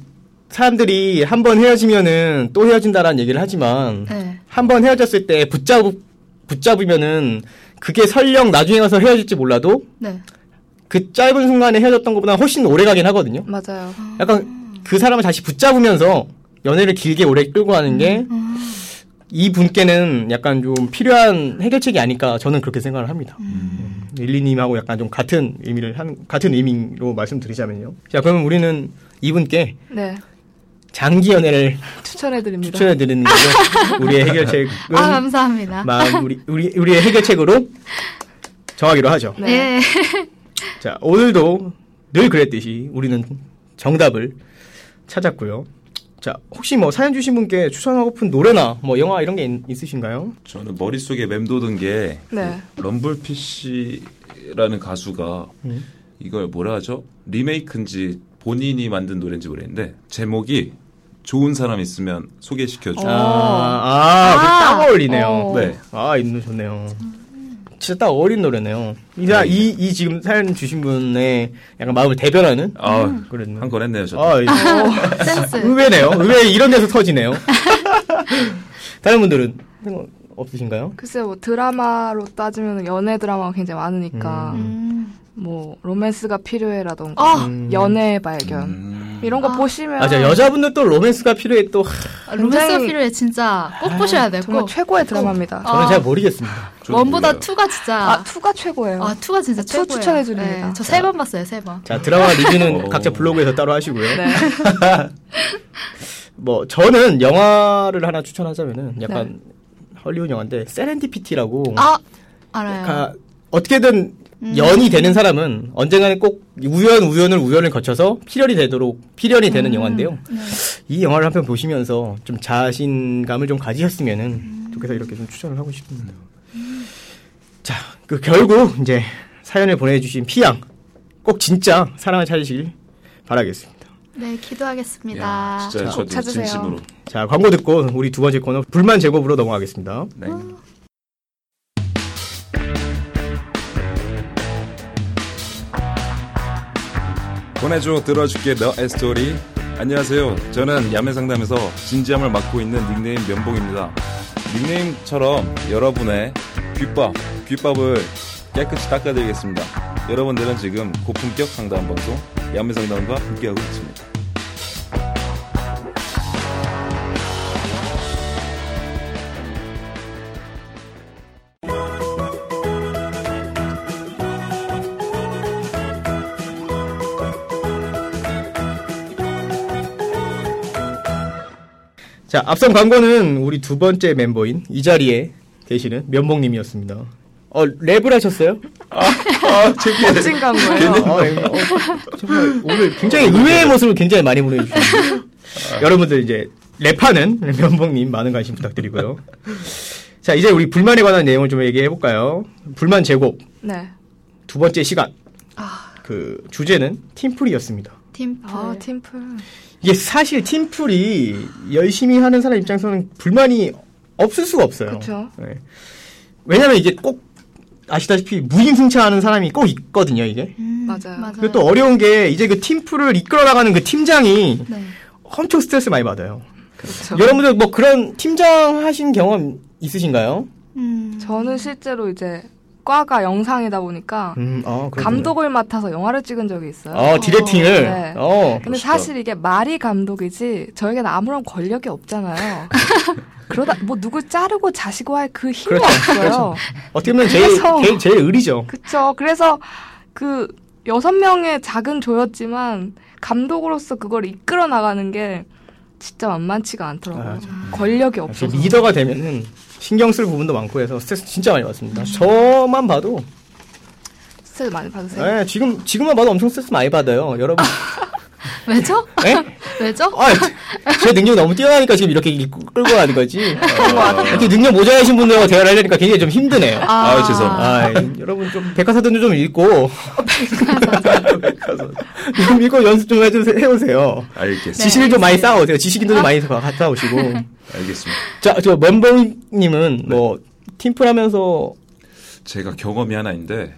[SPEAKER 2] 사람들이 한 번 헤어지면은 또 헤어진다라는 얘기를 하지만
[SPEAKER 6] 네.
[SPEAKER 2] 한 번 헤어졌을 때 붙잡 붙잡으면은 그게 설령 나중에 가서 헤어질지 몰라도
[SPEAKER 6] 네.
[SPEAKER 2] 그 짧은 순간에 헤어졌던 것보다 훨씬 오래 가긴 하거든요.
[SPEAKER 3] 맞아요.
[SPEAKER 2] 약간 그 사람을 다시 붙잡으면서 연애를 길게 오래 끌고 가는 게 이 분께는 약간 좀 필요한 해결책이 아닐까 저는 그렇게 생각을 합니다. 음, 릴리님하고 약간 좀 같은 의미를 한 같은 의미로 말씀드리자면요. 자 그러면 우리는 이분께
[SPEAKER 3] 네.
[SPEAKER 2] 장기 연애를
[SPEAKER 3] 추천해드립니다.
[SPEAKER 2] 추천해 드리는 거죠. 우리의 해결책은
[SPEAKER 4] 네.
[SPEAKER 6] 아, 감사합니다.
[SPEAKER 2] 마음 우리 우리 우리의 해결책으로 정하기로 하죠.
[SPEAKER 3] 네.
[SPEAKER 6] 예.
[SPEAKER 2] 자 오늘도 늘 그랬듯이 우리는 정답을 찾았고요. 자 혹시 뭐 사연 주신 분께 추천하고픈 노래나 뭐 영화 이런 게 있, 있으신가요?
[SPEAKER 4] 저는 머릿속에 맴도던 게
[SPEAKER 3] 네.
[SPEAKER 4] 그 럼블피쉬라는 가수가
[SPEAKER 2] 음.
[SPEAKER 4] 이걸 뭐라 하죠? 리메이크인지 본인이 만든 노래인지 모르겠는데 제목이 좋은 사람 있으면 소개시켜 줘.
[SPEAKER 3] 어.
[SPEAKER 2] 아, 아아딱 어울리네요.
[SPEAKER 3] 어.
[SPEAKER 4] 네.
[SPEAKER 2] 아, 이 노래 좋네요. 진짜 딱 어울린 노래네요. 이자 이, 이 지금 사연 주신 분의 약간 마음을 대변하는
[SPEAKER 4] 아,
[SPEAKER 2] 그런
[SPEAKER 4] 한 건 했네요, 저도.
[SPEAKER 2] 아, 예.
[SPEAKER 6] 센스.
[SPEAKER 2] 의외네요. 의외 이런 데서 터지네요. 다른 분들은 생각 없으신가요?
[SPEAKER 3] 글쎄요, 뭐 드라마로 따지면 연애 드라마가 굉장히 많으니까,
[SPEAKER 6] 음.
[SPEAKER 3] 뭐, 로맨스가 필요해라던가,
[SPEAKER 6] 아,
[SPEAKER 2] 음.
[SPEAKER 3] 연애 발견.
[SPEAKER 4] 음.
[SPEAKER 3] 이런 거
[SPEAKER 6] 아.
[SPEAKER 3] 보시면.
[SPEAKER 2] 맞아 여자분들 또 로맨스가 필요해 또 하,
[SPEAKER 6] 로맨스
[SPEAKER 3] 굉장히-
[SPEAKER 6] 필요해. 진짜 꼭 보셔야 돼.
[SPEAKER 3] 정말
[SPEAKER 6] 꼭.
[SPEAKER 3] 최고의 드라마입니다.
[SPEAKER 2] 저는
[SPEAKER 6] 아.
[SPEAKER 2] 잘 모르겠습니다.
[SPEAKER 4] 저도
[SPEAKER 6] 원보다
[SPEAKER 4] 몰라요.
[SPEAKER 6] 투가 진짜
[SPEAKER 3] 아, 투가 최고예요.
[SPEAKER 6] 아, 투가 진짜
[SPEAKER 3] 투
[SPEAKER 6] 최고예요. 네.
[SPEAKER 3] 추천해드립니다.
[SPEAKER 6] 저 세 번 봤어요, 세 번.
[SPEAKER 2] 자 드라마 리뷰는
[SPEAKER 4] 오.
[SPEAKER 2] 각자 블로그에서 따로 하시고요.
[SPEAKER 3] 네.
[SPEAKER 2] 뭐 저는 영화를 하나 추천하자면은 약간 헐리우드 영화인데 세렌디피티라고
[SPEAKER 4] 음.
[SPEAKER 6] 아, 알아요.
[SPEAKER 2] 그러니까 어떻게든 연이 되는 사람은 언젠가는 꼭 우연 우연을 우연을 거쳐서 필연이 되도록 필연이 되는 영화인데요. 이 영화를 한 편 보시면서 좀 자신감을 좀 가지셨으면은 좋겠서 이렇게 좀 추천을 하고 싶습니다. 자, 그 결국 이제 사연을 보내주신 피양 꼭 진짜 사랑을 찾으시길 바라겠습니다.
[SPEAKER 6] 네, 기도하겠습니다.
[SPEAKER 4] 야, 진짜
[SPEAKER 2] 자,
[SPEAKER 4] 저도
[SPEAKER 3] 찾으세요.
[SPEAKER 4] 진심으로.
[SPEAKER 2] 자, 광고 듣고 우리 두 번째 코너 불만 제곱으로 넘어가겠습니다.
[SPEAKER 4] 네. 보내줘 들어줄게 너의 스토리 안녕하세요 저는 야매상담에서 진지함을 맡고 있는 닉네임 면봉입니다 닉네임처럼 여러분의 귓밥 귓밥을 깨끗이 닦아드리겠습니다 여러분들은 지금 고품격 상담 방송 야매상담과 함께하고 있습니다
[SPEAKER 2] 자, 앞선 광고는 우리 두 번째 멤버인 이 자리에 계시는 면봉님이었습니다. 어, 랩을 하셨어요?
[SPEAKER 4] 아 창피해
[SPEAKER 3] 멋진 광고예요.
[SPEAKER 2] 아, 어, 정말 오늘 굉장히 의외의 모습을 굉장히 많이 보내주셨어요.
[SPEAKER 4] 아.
[SPEAKER 2] 여러분들 이제 랩하는 면봉님 많은 관심 부탁드리고요. 자, 이제 우리 불만에 관한 내용을 좀 얘기해볼까요? 불만 제곱
[SPEAKER 3] 네.
[SPEAKER 2] 두 번째 시간. 그 주제는 팀플이었습니다.
[SPEAKER 5] 팀플.
[SPEAKER 3] 아, 팀플.
[SPEAKER 2] 이게 사실 팀플이 열심히 하는 사람 입장에서는 불만이 없을 수가 없어요.
[SPEAKER 3] 그쵸.
[SPEAKER 2] 네. 왜냐면 이게 꼭 아시다시피 무임승차하는 사람이 꼭 있거든요, 이게.
[SPEAKER 6] 음,
[SPEAKER 3] 음, 맞아요.
[SPEAKER 5] 맞아요.
[SPEAKER 2] 그리고 또 어려운 게 이제 그 팀플을 이끌어 나가는 그 팀장이
[SPEAKER 5] 네.
[SPEAKER 2] 엄청 스트레스 많이 받아요.
[SPEAKER 3] 그렇죠.
[SPEAKER 2] 여러분들 뭐 그런 팀장 하신 경험 있으신가요?
[SPEAKER 5] 음.
[SPEAKER 3] 저는 실제로 이제 과가 영상이다 보니까
[SPEAKER 2] 음, 아, 그렇군요.
[SPEAKER 3] 감독을 맡아서 영화를 찍은 적이 있어요.
[SPEAKER 2] 어, 디렉팅을.
[SPEAKER 3] 네.
[SPEAKER 2] 어.
[SPEAKER 3] 근데 사실 이게 말이 감독이지 저에게는 아무런 권력이 없잖아요. 그러다 뭐 누굴 자르고 자시고 할 그 힘이
[SPEAKER 2] 그렇죠.
[SPEAKER 3] 없어요.
[SPEAKER 2] 어떻게 보면 제일,
[SPEAKER 3] 그래서-
[SPEAKER 2] 제일, 제일 의리죠.
[SPEAKER 3] 그쵸. 그래서 그 여섯 명의 작은 조였지만 감독으로서 그걸 이끌어 나가는 게 진짜 만만치가 않더라고요.
[SPEAKER 2] 맞아.
[SPEAKER 3] 권력이
[SPEAKER 2] 사실
[SPEAKER 3] 없어서.
[SPEAKER 2] 리더가 되면은
[SPEAKER 4] 음.
[SPEAKER 2] 신경 쓸 부분도 많고 해서 스트레스 진짜 많이 받습니다. 저만 봐도
[SPEAKER 3] 스트레스 많이 받으세요.
[SPEAKER 4] 네.
[SPEAKER 2] 예, 지금 지금만 봐도 엄청 스트레스 많이 받아요. 여러분.
[SPEAKER 5] 왜죠?
[SPEAKER 2] 예?
[SPEAKER 5] 왜죠?
[SPEAKER 4] 어?
[SPEAKER 2] 아, 제- 제 능력이 너무 뛰어나니까 지금 이렇게 일- 끌고 가는 거지. 이렇게 능력 모자라신 분들하고 대화를 하려니까 굉장히 좀 힘드네요. 아,
[SPEAKER 4] 아, 죄송합니다.
[SPEAKER 2] 예. 여러분 좀 백과사전도 좀
[SPEAKER 4] 어,
[SPEAKER 2] 읽고 좀 읽고 연습 좀 해주세요. 해오세요.
[SPEAKER 4] 네, 알겠습니다
[SPEAKER 2] 지식을 좀 많이 쌓아오세요. 지식인도 좀 많이 갖다 오시고.
[SPEAKER 4] 알겠습니다
[SPEAKER 2] 자, 저 멘봉님은 뭐 팀플 하면서
[SPEAKER 4] 제가 경험이 하나 있는데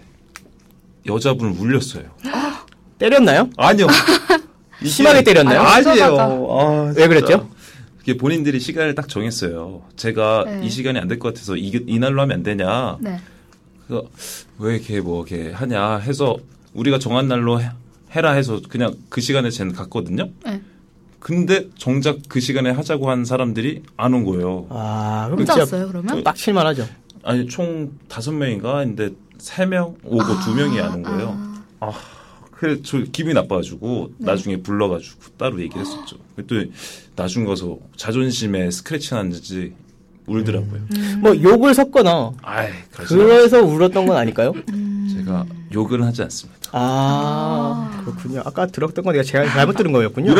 [SPEAKER 4] 여자분을 울렸어요
[SPEAKER 2] 때렸나요?
[SPEAKER 4] 아니요 이게-
[SPEAKER 2] 심하게 때렸나요?
[SPEAKER 4] 예. 아니에요
[SPEAKER 3] 쏘자다.
[SPEAKER 4] 아,
[SPEAKER 2] 왜
[SPEAKER 4] 진짜.
[SPEAKER 2] 그랬죠?
[SPEAKER 4] 그게 본인들이 시간을 딱 정했어요. 제가
[SPEAKER 5] 네.
[SPEAKER 4] 이 시간이 안 될 것 같아서 이, 이날로 하면 안 되냐.
[SPEAKER 5] 네.
[SPEAKER 4] 그래서 왜 이렇게 뭐 이렇게 하냐 해서 우리가 정한 날로 해- 해라 해서 그냥 그 시간에 쟤는 갔거든요.
[SPEAKER 5] 네.
[SPEAKER 4] 근데 정작 그 시간에 하자고 한 사람들이 안 온 거예요.
[SPEAKER 2] 아, 그럼
[SPEAKER 5] 혼자
[SPEAKER 2] 진짜
[SPEAKER 5] 왔어요 그러면?
[SPEAKER 2] 빡칠만 하죠.
[SPEAKER 4] 아니 총 다섯 명인가 근데 세 명 오고 두 명이 안 온 거예요. 아, 그래 저 기분이 나빠가지고
[SPEAKER 5] 네.
[SPEAKER 4] 나중에 불러가지고 따로 얘기했었죠. 또 나중 가서 자존심에 스크래치 났는지 울더라고요.
[SPEAKER 5] 음.
[SPEAKER 2] 뭐 욕을 섞거나
[SPEAKER 4] 아이, 그러지 않아요.
[SPEAKER 2] 그래서 울었던 건 아닐까요?
[SPEAKER 4] 제가 욕은 하지 않습니다.
[SPEAKER 2] 아, 그렇군요. 아까 들었던 거 내가 제가 잘못 들은 거였군요.
[SPEAKER 6] 예.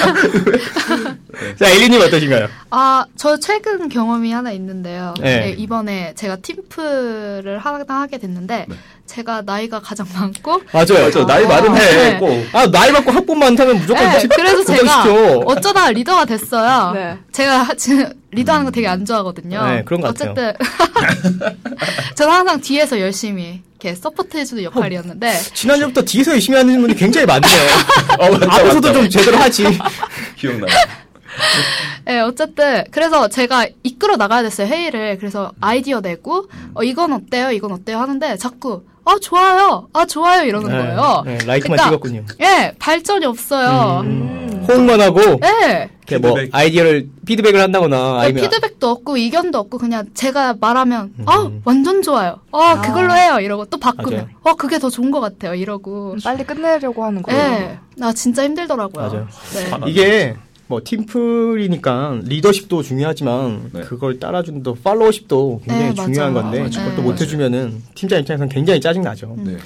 [SPEAKER 2] 자, 엘리님 어떠신가요?
[SPEAKER 5] 아, 저 최근 경험이 하나 있는데요.
[SPEAKER 2] 네.
[SPEAKER 5] 네, 이번에 제가 팀플을 하나 하게 됐는데 제가 나이가 가장 많고
[SPEAKER 2] 네. 맞아요.
[SPEAKER 4] 맞아, 나이 많은 해.
[SPEAKER 5] 네.
[SPEAKER 4] 꼭.
[SPEAKER 2] 아, 나이 받고 학번 많다면 무조건
[SPEAKER 5] 네,
[SPEAKER 2] 치-
[SPEAKER 5] 그래서 제가
[SPEAKER 2] 고정시켜.
[SPEAKER 5] 어쩌다 리더가 됐어요.
[SPEAKER 3] 네.
[SPEAKER 5] 제가 지금 리더하는 거 되게 안 좋아하거든요.
[SPEAKER 2] 네, 그런 것 같아요.
[SPEAKER 5] 어쨌든 저는 항상 뒤에서 열심히 이렇게 서포트해주는 역할이었는데
[SPEAKER 2] 지난주부터 뒤에서 열심히 하는 분이 굉장히 많네요. 아,
[SPEAKER 4] 어, 맞다,
[SPEAKER 2] 앞에서도
[SPEAKER 4] 맞다.
[SPEAKER 2] 좀 제대로 하지.
[SPEAKER 4] 기억나요.
[SPEAKER 5] 네, 어쨌든 그래서 제가 이끌어 나가야 됐어요 회의를. 그래서 아이디어 내고 어 이건 어때요, 이건 어때요 하는데 자꾸 아 좋아요, 아 좋아요 이러는
[SPEAKER 2] 네,
[SPEAKER 5] 거예요.
[SPEAKER 2] 네, 라이크만 음. 찍었군요.
[SPEAKER 5] 예, 발전이 없어요. 음.
[SPEAKER 2] 호응만 하고,
[SPEAKER 5] 예.
[SPEAKER 2] 이렇게 뭐,
[SPEAKER 4] 피드백.
[SPEAKER 2] 아이디어를, 피드백을 한다거나,
[SPEAKER 5] 그러니까
[SPEAKER 2] 아니면. 음.
[SPEAKER 5] 피드백도 없고 의견도 없고 그냥 제가 말하면 아 완전 좋아요. 아 그걸로 해요 이러고 또 바꾸면 어 그게 더 좋은 것 같아요 이러고.
[SPEAKER 3] 빨리 끝내려고 하는 거예요.
[SPEAKER 5] 예, 나 진짜 힘들더라고요.
[SPEAKER 2] 음. 맞아요.
[SPEAKER 5] 네.
[SPEAKER 2] 이게, 뭐, 팀플이니까 리더십도 중요하지만,
[SPEAKER 4] 네.
[SPEAKER 2] 그걸 따라주는 또 팔로워십도 굉장히
[SPEAKER 5] 네,
[SPEAKER 2] 중요한
[SPEAKER 5] 맞아요. 음.
[SPEAKER 2] 건데,
[SPEAKER 5] 아, 맞아요.
[SPEAKER 2] 그걸 또
[SPEAKER 5] 맞아요.
[SPEAKER 2] 못해주면은, 팀장 입장에서는 굉장히 짜증나죠.
[SPEAKER 4] 네.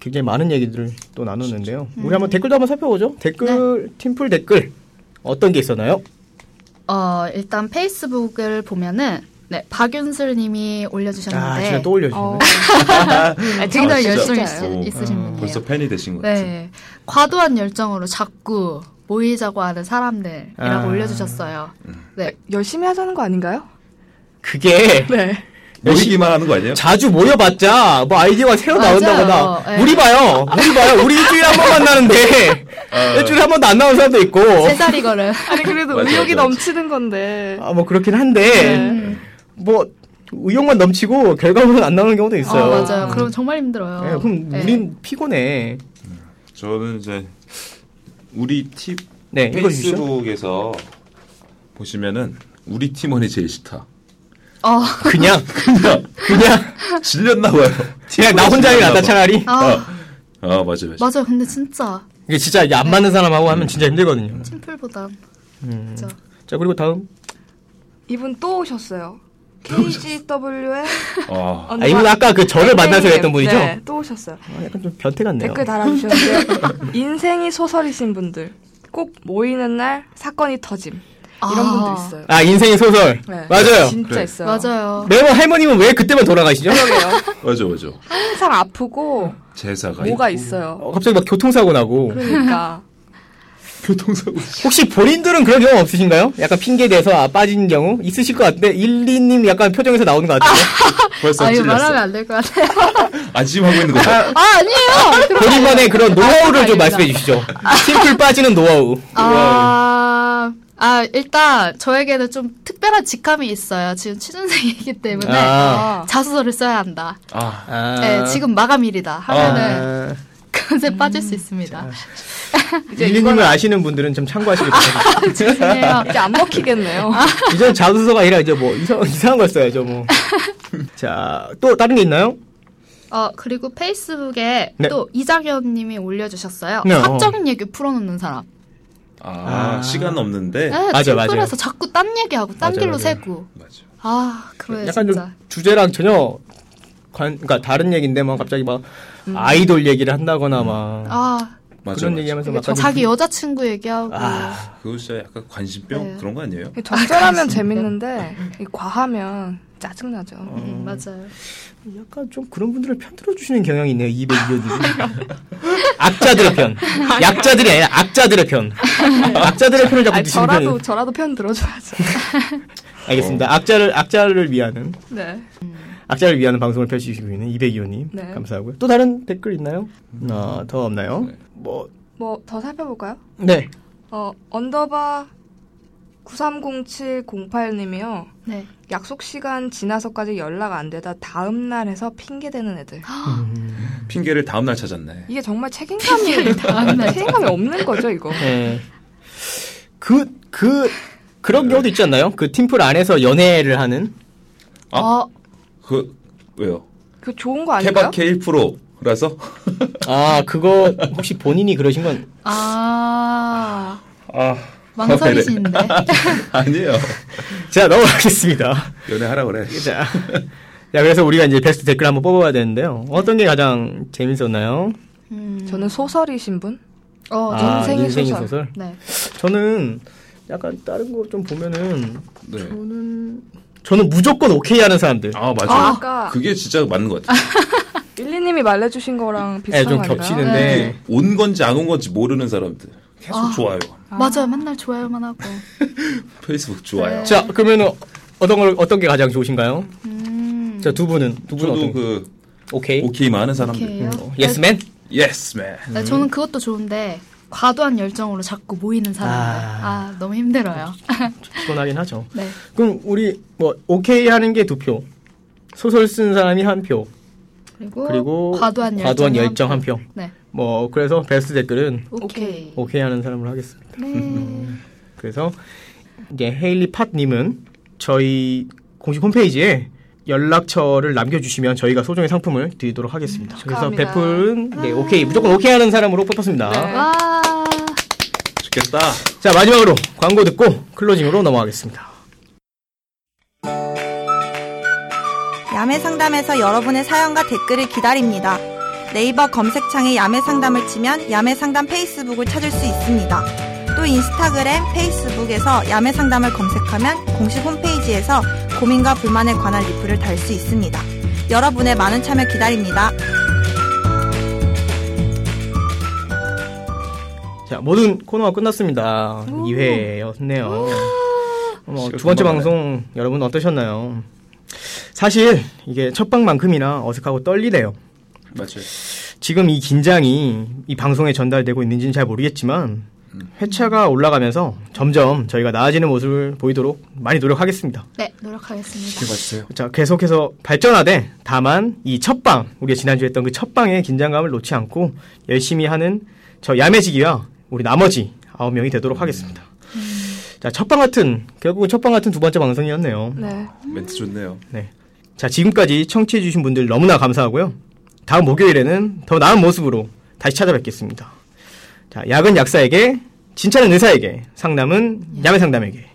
[SPEAKER 2] 굉장히 많은 얘기들을 또 나눴는데요.
[SPEAKER 5] 음.
[SPEAKER 2] 우리 한번 댓글도 한번 살펴보죠. 댓글,
[SPEAKER 5] 네.
[SPEAKER 2] 팀플 댓글. 어떤 게 있었나요?
[SPEAKER 5] 어 일단 페이스북을 보면은 네 박윤슬님이
[SPEAKER 2] 아,
[SPEAKER 5] 올려주셨는데
[SPEAKER 2] 진짜 또 올려주시네.
[SPEAKER 3] 어,
[SPEAKER 5] 굉장히
[SPEAKER 4] 아, 음,
[SPEAKER 5] 열정이
[SPEAKER 3] 진짜요?
[SPEAKER 5] 있,
[SPEAKER 2] 음,
[SPEAKER 5] 으신 분이에요.
[SPEAKER 4] 벌써 팬이 되신 것 같아요.
[SPEAKER 5] 네. 과도한 열정으로 자꾸 모이자고 하는 사람들이라고
[SPEAKER 2] 아. 음.
[SPEAKER 5] 올려주셨어요. 네.
[SPEAKER 3] 열심히 하자는 거 아닌가요?
[SPEAKER 2] 그게
[SPEAKER 3] 네.
[SPEAKER 4] 모이기만 하는 거 아니에요?
[SPEAKER 2] 자주 모여봤자 뭐 아이디어가 새로
[SPEAKER 5] 맞아요.
[SPEAKER 2] 나온다거나
[SPEAKER 5] 예.
[SPEAKER 2] 우리 봐요 우리 봐요 우리 일주일에 한 번 만나는데
[SPEAKER 5] 어.
[SPEAKER 2] 일주일에 한 번도 안 나온 사람도 있고
[SPEAKER 5] 세살 이거를.
[SPEAKER 3] 아니 그래도
[SPEAKER 4] 맞아,
[SPEAKER 3] 의욕이
[SPEAKER 4] 맞아.
[SPEAKER 3] 넘치는 건데.
[SPEAKER 2] 아 뭐 그렇긴 한데
[SPEAKER 3] 네.
[SPEAKER 2] 뭐 의욕만 넘치고 결과물은 안 나오는 경우도 있어요 음.
[SPEAKER 5] 아, 맞아요. 그럼 정말 힘들어요.
[SPEAKER 2] 예, 그럼
[SPEAKER 5] 예.
[SPEAKER 2] 우린 피곤해
[SPEAKER 4] 저는 이제 우리 팀
[SPEAKER 2] 네 읽어주시죠
[SPEAKER 4] 그 페이스북에서 보시면은 우리 팀원이 제일 싫다.
[SPEAKER 5] 어.
[SPEAKER 2] 그냥
[SPEAKER 4] 그냥
[SPEAKER 2] 그냥
[SPEAKER 4] 질렸나 봐요.
[SPEAKER 2] 그냥 나 혼자 일났다 차라리
[SPEAKER 5] 아,
[SPEAKER 4] 아 맞아 맞아.
[SPEAKER 5] 맞아요. 근데 진짜
[SPEAKER 2] 이게 진짜 이제 안 맞는 사람하고 하면 진짜 힘들거든요
[SPEAKER 5] 팀플보단
[SPEAKER 2] 음.
[SPEAKER 5] 그죠.
[SPEAKER 2] 자 그리고 다음
[SPEAKER 3] 이분 또 오셨어요. KGW의
[SPEAKER 4] 아,
[SPEAKER 2] 아 이분 아까 그 저를 만나서 했던 분이죠
[SPEAKER 3] 네, 또 오셨어요.
[SPEAKER 2] 아, 약간 좀 변태 같네요
[SPEAKER 3] 댓글 달아주셨는데 인생이 소설이신 분들 꼭 모이는 날 사건이 터짐 이런
[SPEAKER 5] 아.
[SPEAKER 3] 분들 있어요.
[SPEAKER 2] 아 인생의 소설
[SPEAKER 3] 네.
[SPEAKER 2] 맞아요
[SPEAKER 3] 진짜
[SPEAKER 4] 그래.
[SPEAKER 3] 있어요.
[SPEAKER 5] 맞아요.
[SPEAKER 2] 매번 할머님은 왜 그때만 돌아가시죠?
[SPEAKER 3] 그러게요.
[SPEAKER 4] 맞아 맞아.
[SPEAKER 3] 항상 아프고
[SPEAKER 4] 제사가
[SPEAKER 3] 뭐가
[SPEAKER 4] 있고.
[SPEAKER 3] 있어요.
[SPEAKER 2] 어, 갑자기 막 교통사고 나고
[SPEAKER 3] 그러니까
[SPEAKER 4] 교통사고.
[SPEAKER 2] 혹시 본인들은 그런 경험 없으신가요? 약간 핑계 대서 아, 빠진 경우 있으실 것 같은데 1, 2님 약간 표정에서 나오는 것 같아요
[SPEAKER 4] 벌써
[SPEAKER 5] 아, 이거 말하면
[SPEAKER 4] 찔렸어.
[SPEAKER 5] 안 될 것 같아요.
[SPEAKER 4] 안심 하고 있는 거죠.
[SPEAKER 5] 아, 아니에요! 그런 거
[SPEAKER 2] 본인만의 그런 노하우를 좀
[SPEAKER 5] 아닙니다.
[SPEAKER 2] 말씀해 주시죠 심플 빠지는 노하우
[SPEAKER 5] 아, 아, 일단 저에게는 좀 특별한 직함이 있어요. 지금 취준생이기 때문에
[SPEAKER 2] 아.
[SPEAKER 5] 자소서를 써야 한다.
[SPEAKER 4] 아
[SPEAKER 2] 아.
[SPEAKER 5] 네, 지금 마감일이다 하면은
[SPEAKER 2] 아,
[SPEAKER 5] 그것에 빠질 수 있습니다.
[SPEAKER 3] 이제
[SPEAKER 2] 1, 2님을
[SPEAKER 3] 이거는
[SPEAKER 2] 아시는 분들은 좀 참고하시길 바랍니다
[SPEAKER 5] 그래요.
[SPEAKER 3] 이제 안 먹히겠네요.
[SPEAKER 2] 이제 자소서가 아니라 이제 뭐 이상, 이상한 걸 써야죠 뭐. 자, 또 다른 게 있나요?
[SPEAKER 5] 어, 그리고 페이스북에
[SPEAKER 2] 네.
[SPEAKER 5] 또 이장현 님이 올려주셨어요.
[SPEAKER 2] 네, 어.
[SPEAKER 5] 사적인 얘기 풀어놓는 사람.
[SPEAKER 4] 아,
[SPEAKER 2] 아.
[SPEAKER 4] 시간 없는데.
[SPEAKER 5] 네,
[SPEAKER 2] 맞아, 맞아.
[SPEAKER 5] 그래서 자꾸 딴 얘기하고 딴
[SPEAKER 2] 맞아,
[SPEAKER 5] 길로
[SPEAKER 2] 맞아.
[SPEAKER 5] 새고.
[SPEAKER 4] 맞아.
[SPEAKER 5] 아, 그래
[SPEAKER 2] 약간
[SPEAKER 5] 진짜.
[SPEAKER 2] 좀 주제랑 전혀 관, 그러니까 다른 얘기인데 막 갑자기 막 아이돌 얘기를 한다거나 막
[SPEAKER 5] 음. 아,
[SPEAKER 4] 맞아.
[SPEAKER 2] 그런
[SPEAKER 4] 맞아.
[SPEAKER 2] 얘기하면서
[SPEAKER 5] 이게
[SPEAKER 2] 막 갑자기
[SPEAKER 5] 자기 여자친구 얘기하고.
[SPEAKER 2] 아.
[SPEAKER 4] 그거 진짜 약간 관심병
[SPEAKER 5] 네.
[SPEAKER 4] 그런 거 아니에요?
[SPEAKER 3] 적절하면 재밌는데 이 과하면 짜증나죠.
[SPEAKER 2] 어.
[SPEAKER 5] 음, 맞아요.
[SPEAKER 2] 약간 좀 그런 분들을 편들어 주시는 경향이 있네요. 202호님. 악자들의 편. 약자들이 아니라 악자들의 편. 악자들의 네. 편을 자꾸
[SPEAKER 3] 아니,
[SPEAKER 2] 드시는 편이.
[SPEAKER 3] 저라도 어. 저라도 편 들어줘야죠.
[SPEAKER 2] 알겠습니다. 악자를 악자를 위하는
[SPEAKER 3] 네.
[SPEAKER 2] 악자를 위하는 방송을 펼치시고 있는 202호님
[SPEAKER 3] 네.
[SPEAKER 2] 감사하고요. 또 다른 댓글 있나요? 아, 더 없나요?
[SPEAKER 4] 음. 네.
[SPEAKER 2] 뭐
[SPEAKER 3] 뭐 더 살펴볼까요?
[SPEAKER 2] 네.
[SPEAKER 3] 어 언더바 930708님이요.
[SPEAKER 5] 네.
[SPEAKER 3] 약속 시간 지나서까지 연락 안 되다 다음 날 해서 핑계 대는 애들.
[SPEAKER 4] 핑계를 다음 날 찾았네.
[SPEAKER 3] 이게 정말
[SPEAKER 5] 네,
[SPEAKER 3] 책임감이 아, 책임감이 없는 거죠 이거.
[SPEAKER 2] 예. 그, 그, 그런 경우도 있지 않나요? 그 팀플 안에서 연애를 하는?
[SPEAKER 4] 아,
[SPEAKER 5] 어,
[SPEAKER 4] 그 왜요?
[SPEAKER 3] 그 좋은 거 아닌가요?
[SPEAKER 4] 케바케 1%라서
[SPEAKER 2] 아, 그거, 혹시 본인이 그러신 건,
[SPEAKER 5] 아,
[SPEAKER 4] 아
[SPEAKER 5] 망설이시는데.
[SPEAKER 2] 어, 네,
[SPEAKER 4] 아니에요.
[SPEAKER 2] 자, 넘어가겠습니다.
[SPEAKER 4] 연애하라 그래.
[SPEAKER 2] 자. 자, 그래서 우리가 이제 베스트 댓글 한번 뽑아봐야 되는데요. 어떤 게 가장 재밌었나요?
[SPEAKER 5] 음.
[SPEAKER 3] 저는 소설이신 분.
[SPEAKER 5] 어,
[SPEAKER 2] 아,
[SPEAKER 5] 저는
[SPEAKER 3] 인생의
[SPEAKER 2] 인생의
[SPEAKER 3] 소설.
[SPEAKER 2] 소설.
[SPEAKER 5] 네.
[SPEAKER 2] 저는 약간 다른 거 좀 보면은,
[SPEAKER 4] 네.
[SPEAKER 2] 저는, 저는 무조건 오케이 하는 사람들.
[SPEAKER 4] 아 맞아.
[SPEAKER 3] 아,
[SPEAKER 4] 요
[SPEAKER 3] 아까
[SPEAKER 4] 그게 진짜 맞는 것 같아. 요
[SPEAKER 3] 일리님이 말해주신 거랑
[SPEAKER 2] 예,
[SPEAKER 3] 비슷한
[SPEAKER 2] 좀
[SPEAKER 3] 거 아닌가요?
[SPEAKER 2] 겹치는데.
[SPEAKER 5] 네.
[SPEAKER 4] 온 건지 안 온 건지 모르는 사람들 계속 좋아요.
[SPEAKER 5] 맞아요. 맨날 좋아요만 하고.
[SPEAKER 4] 페이스북
[SPEAKER 5] 네.
[SPEAKER 4] 좋아요.
[SPEAKER 2] 자, 그러면은, 어떤 걸, 어떤 게 가장 좋으신가요?
[SPEAKER 5] 음.
[SPEAKER 2] 자, 두 분은, 두 분은
[SPEAKER 4] 저도
[SPEAKER 2] 어떤, 거?
[SPEAKER 4] 그
[SPEAKER 2] 오케이.
[SPEAKER 4] 오케이 많은 사람들. 음.
[SPEAKER 5] 오케이요.
[SPEAKER 2] 예스맨?
[SPEAKER 4] 예스맨.
[SPEAKER 5] 네, 저는 그것도 좋은데 과도한 열정으로 자꾸 모이는 사람들.
[SPEAKER 2] 아.
[SPEAKER 5] 아, 그렇죠. 너무 힘들어요.
[SPEAKER 2] 피곤하긴 하죠.
[SPEAKER 5] 네.
[SPEAKER 2] 그럼 우리 뭐 오케이 하는 게 두 표, 소설 쓴 사람이 한 표,
[SPEAKER 5] 그리고,
[SPEAKER 2] 그리고
[SPEAKER 5] 과도한 열정.
[SPEAKER 2] 열정 한 표.
[SPEAKER 5] 네.
[SPEAKER 2] 뭐 그래서 베스트 댓글은
[SPEAKER 5] 오케이.
[SPEAKER 2] 오케이 하는 사람으로 하겠습니다.
[SPEAKER 5] 네.
[SPEAKER 2] 그래서 이제 헤일리 팟님은 저희 공식 홈페이지에 연락처를 남겨주시면 저희가 소정의 상품을 드리도록 하겠습니다. 그래서
[SPEAKER 3] 음, 축하합니다. 음.
[SPEAKER 2] 베풀은 네, 오케이 무조건 오케이 하는 사람으로 뽑았습니다.
[SPEAKER 3] 네.
[SPEAKER 5] 와.
[SPEAKER 4] 좋겠다.
[SPEAKER 2] 자 마지막으로 광고 듣고 클로징으로 넘어가겠습니다.
[SPEAKER 7] 야매 상담에서 여러분의 사연과 댓글을 기다립니다. 네이버 검색창에 야매 상담을 치면 야매 상담 페이스북을 찾을 수 있습니다. 또 인스타그램, 페이스북에서 야매 상담을 검색하면 공식 홈페이지에서 고민과 불만에 관한 리플을 달 수 있습니다. 여러분의 많은 참여 기다립니다.
[SPEAKER 2] 자, 모든 코너가 끝났습니다. 2회였네요. 두 번째
[SPEAKER 4] 시간 금방
[SPEAKER 2] 방송 여러분 어떠셨나요? 사실 이게 첫 방만큼이나 어색하고 떨리네요.
[SPEAKER 4] 맞죠.
[SPEAKER 2] 지금 이 긴장이 이 방송에 전달되고 있는지는 잘 모르겠지만 회차가 올라가면서 점점 저희가 나아지는 모습을 보이도록 많이 노력하겠습니다.
[SPEAKER 6] 네, 노력하겠습니다.
[SPEAKER 4] 기대봐주세요.
[SPEAKER 2] 자, 계속해서 발전하되 다만 이 첫방 우리가 지난주에 했던 그 첫방의 긴장감을 놓지 않고 열심히 하는 저 야매지기와 우리 나머지 아홉 명이 되도록 하겠습니다. 자, 첫방 같은 결국은 첫방 같은 두 번째 방송이었네요.
[SPEAKER 3] 네.
[SPEAKER 4] 멘트 좋네요.
[SPEAKER 2] 네. 자, 지금까지 청취해주신 분들 너무나 감사하고요. 다음 목요일에는 더 나은 모습으로 다시 찾아뵙겠습니다. 자, 약은 약사에게, 진찰은 의사에게, 상담은 야매 상담에게.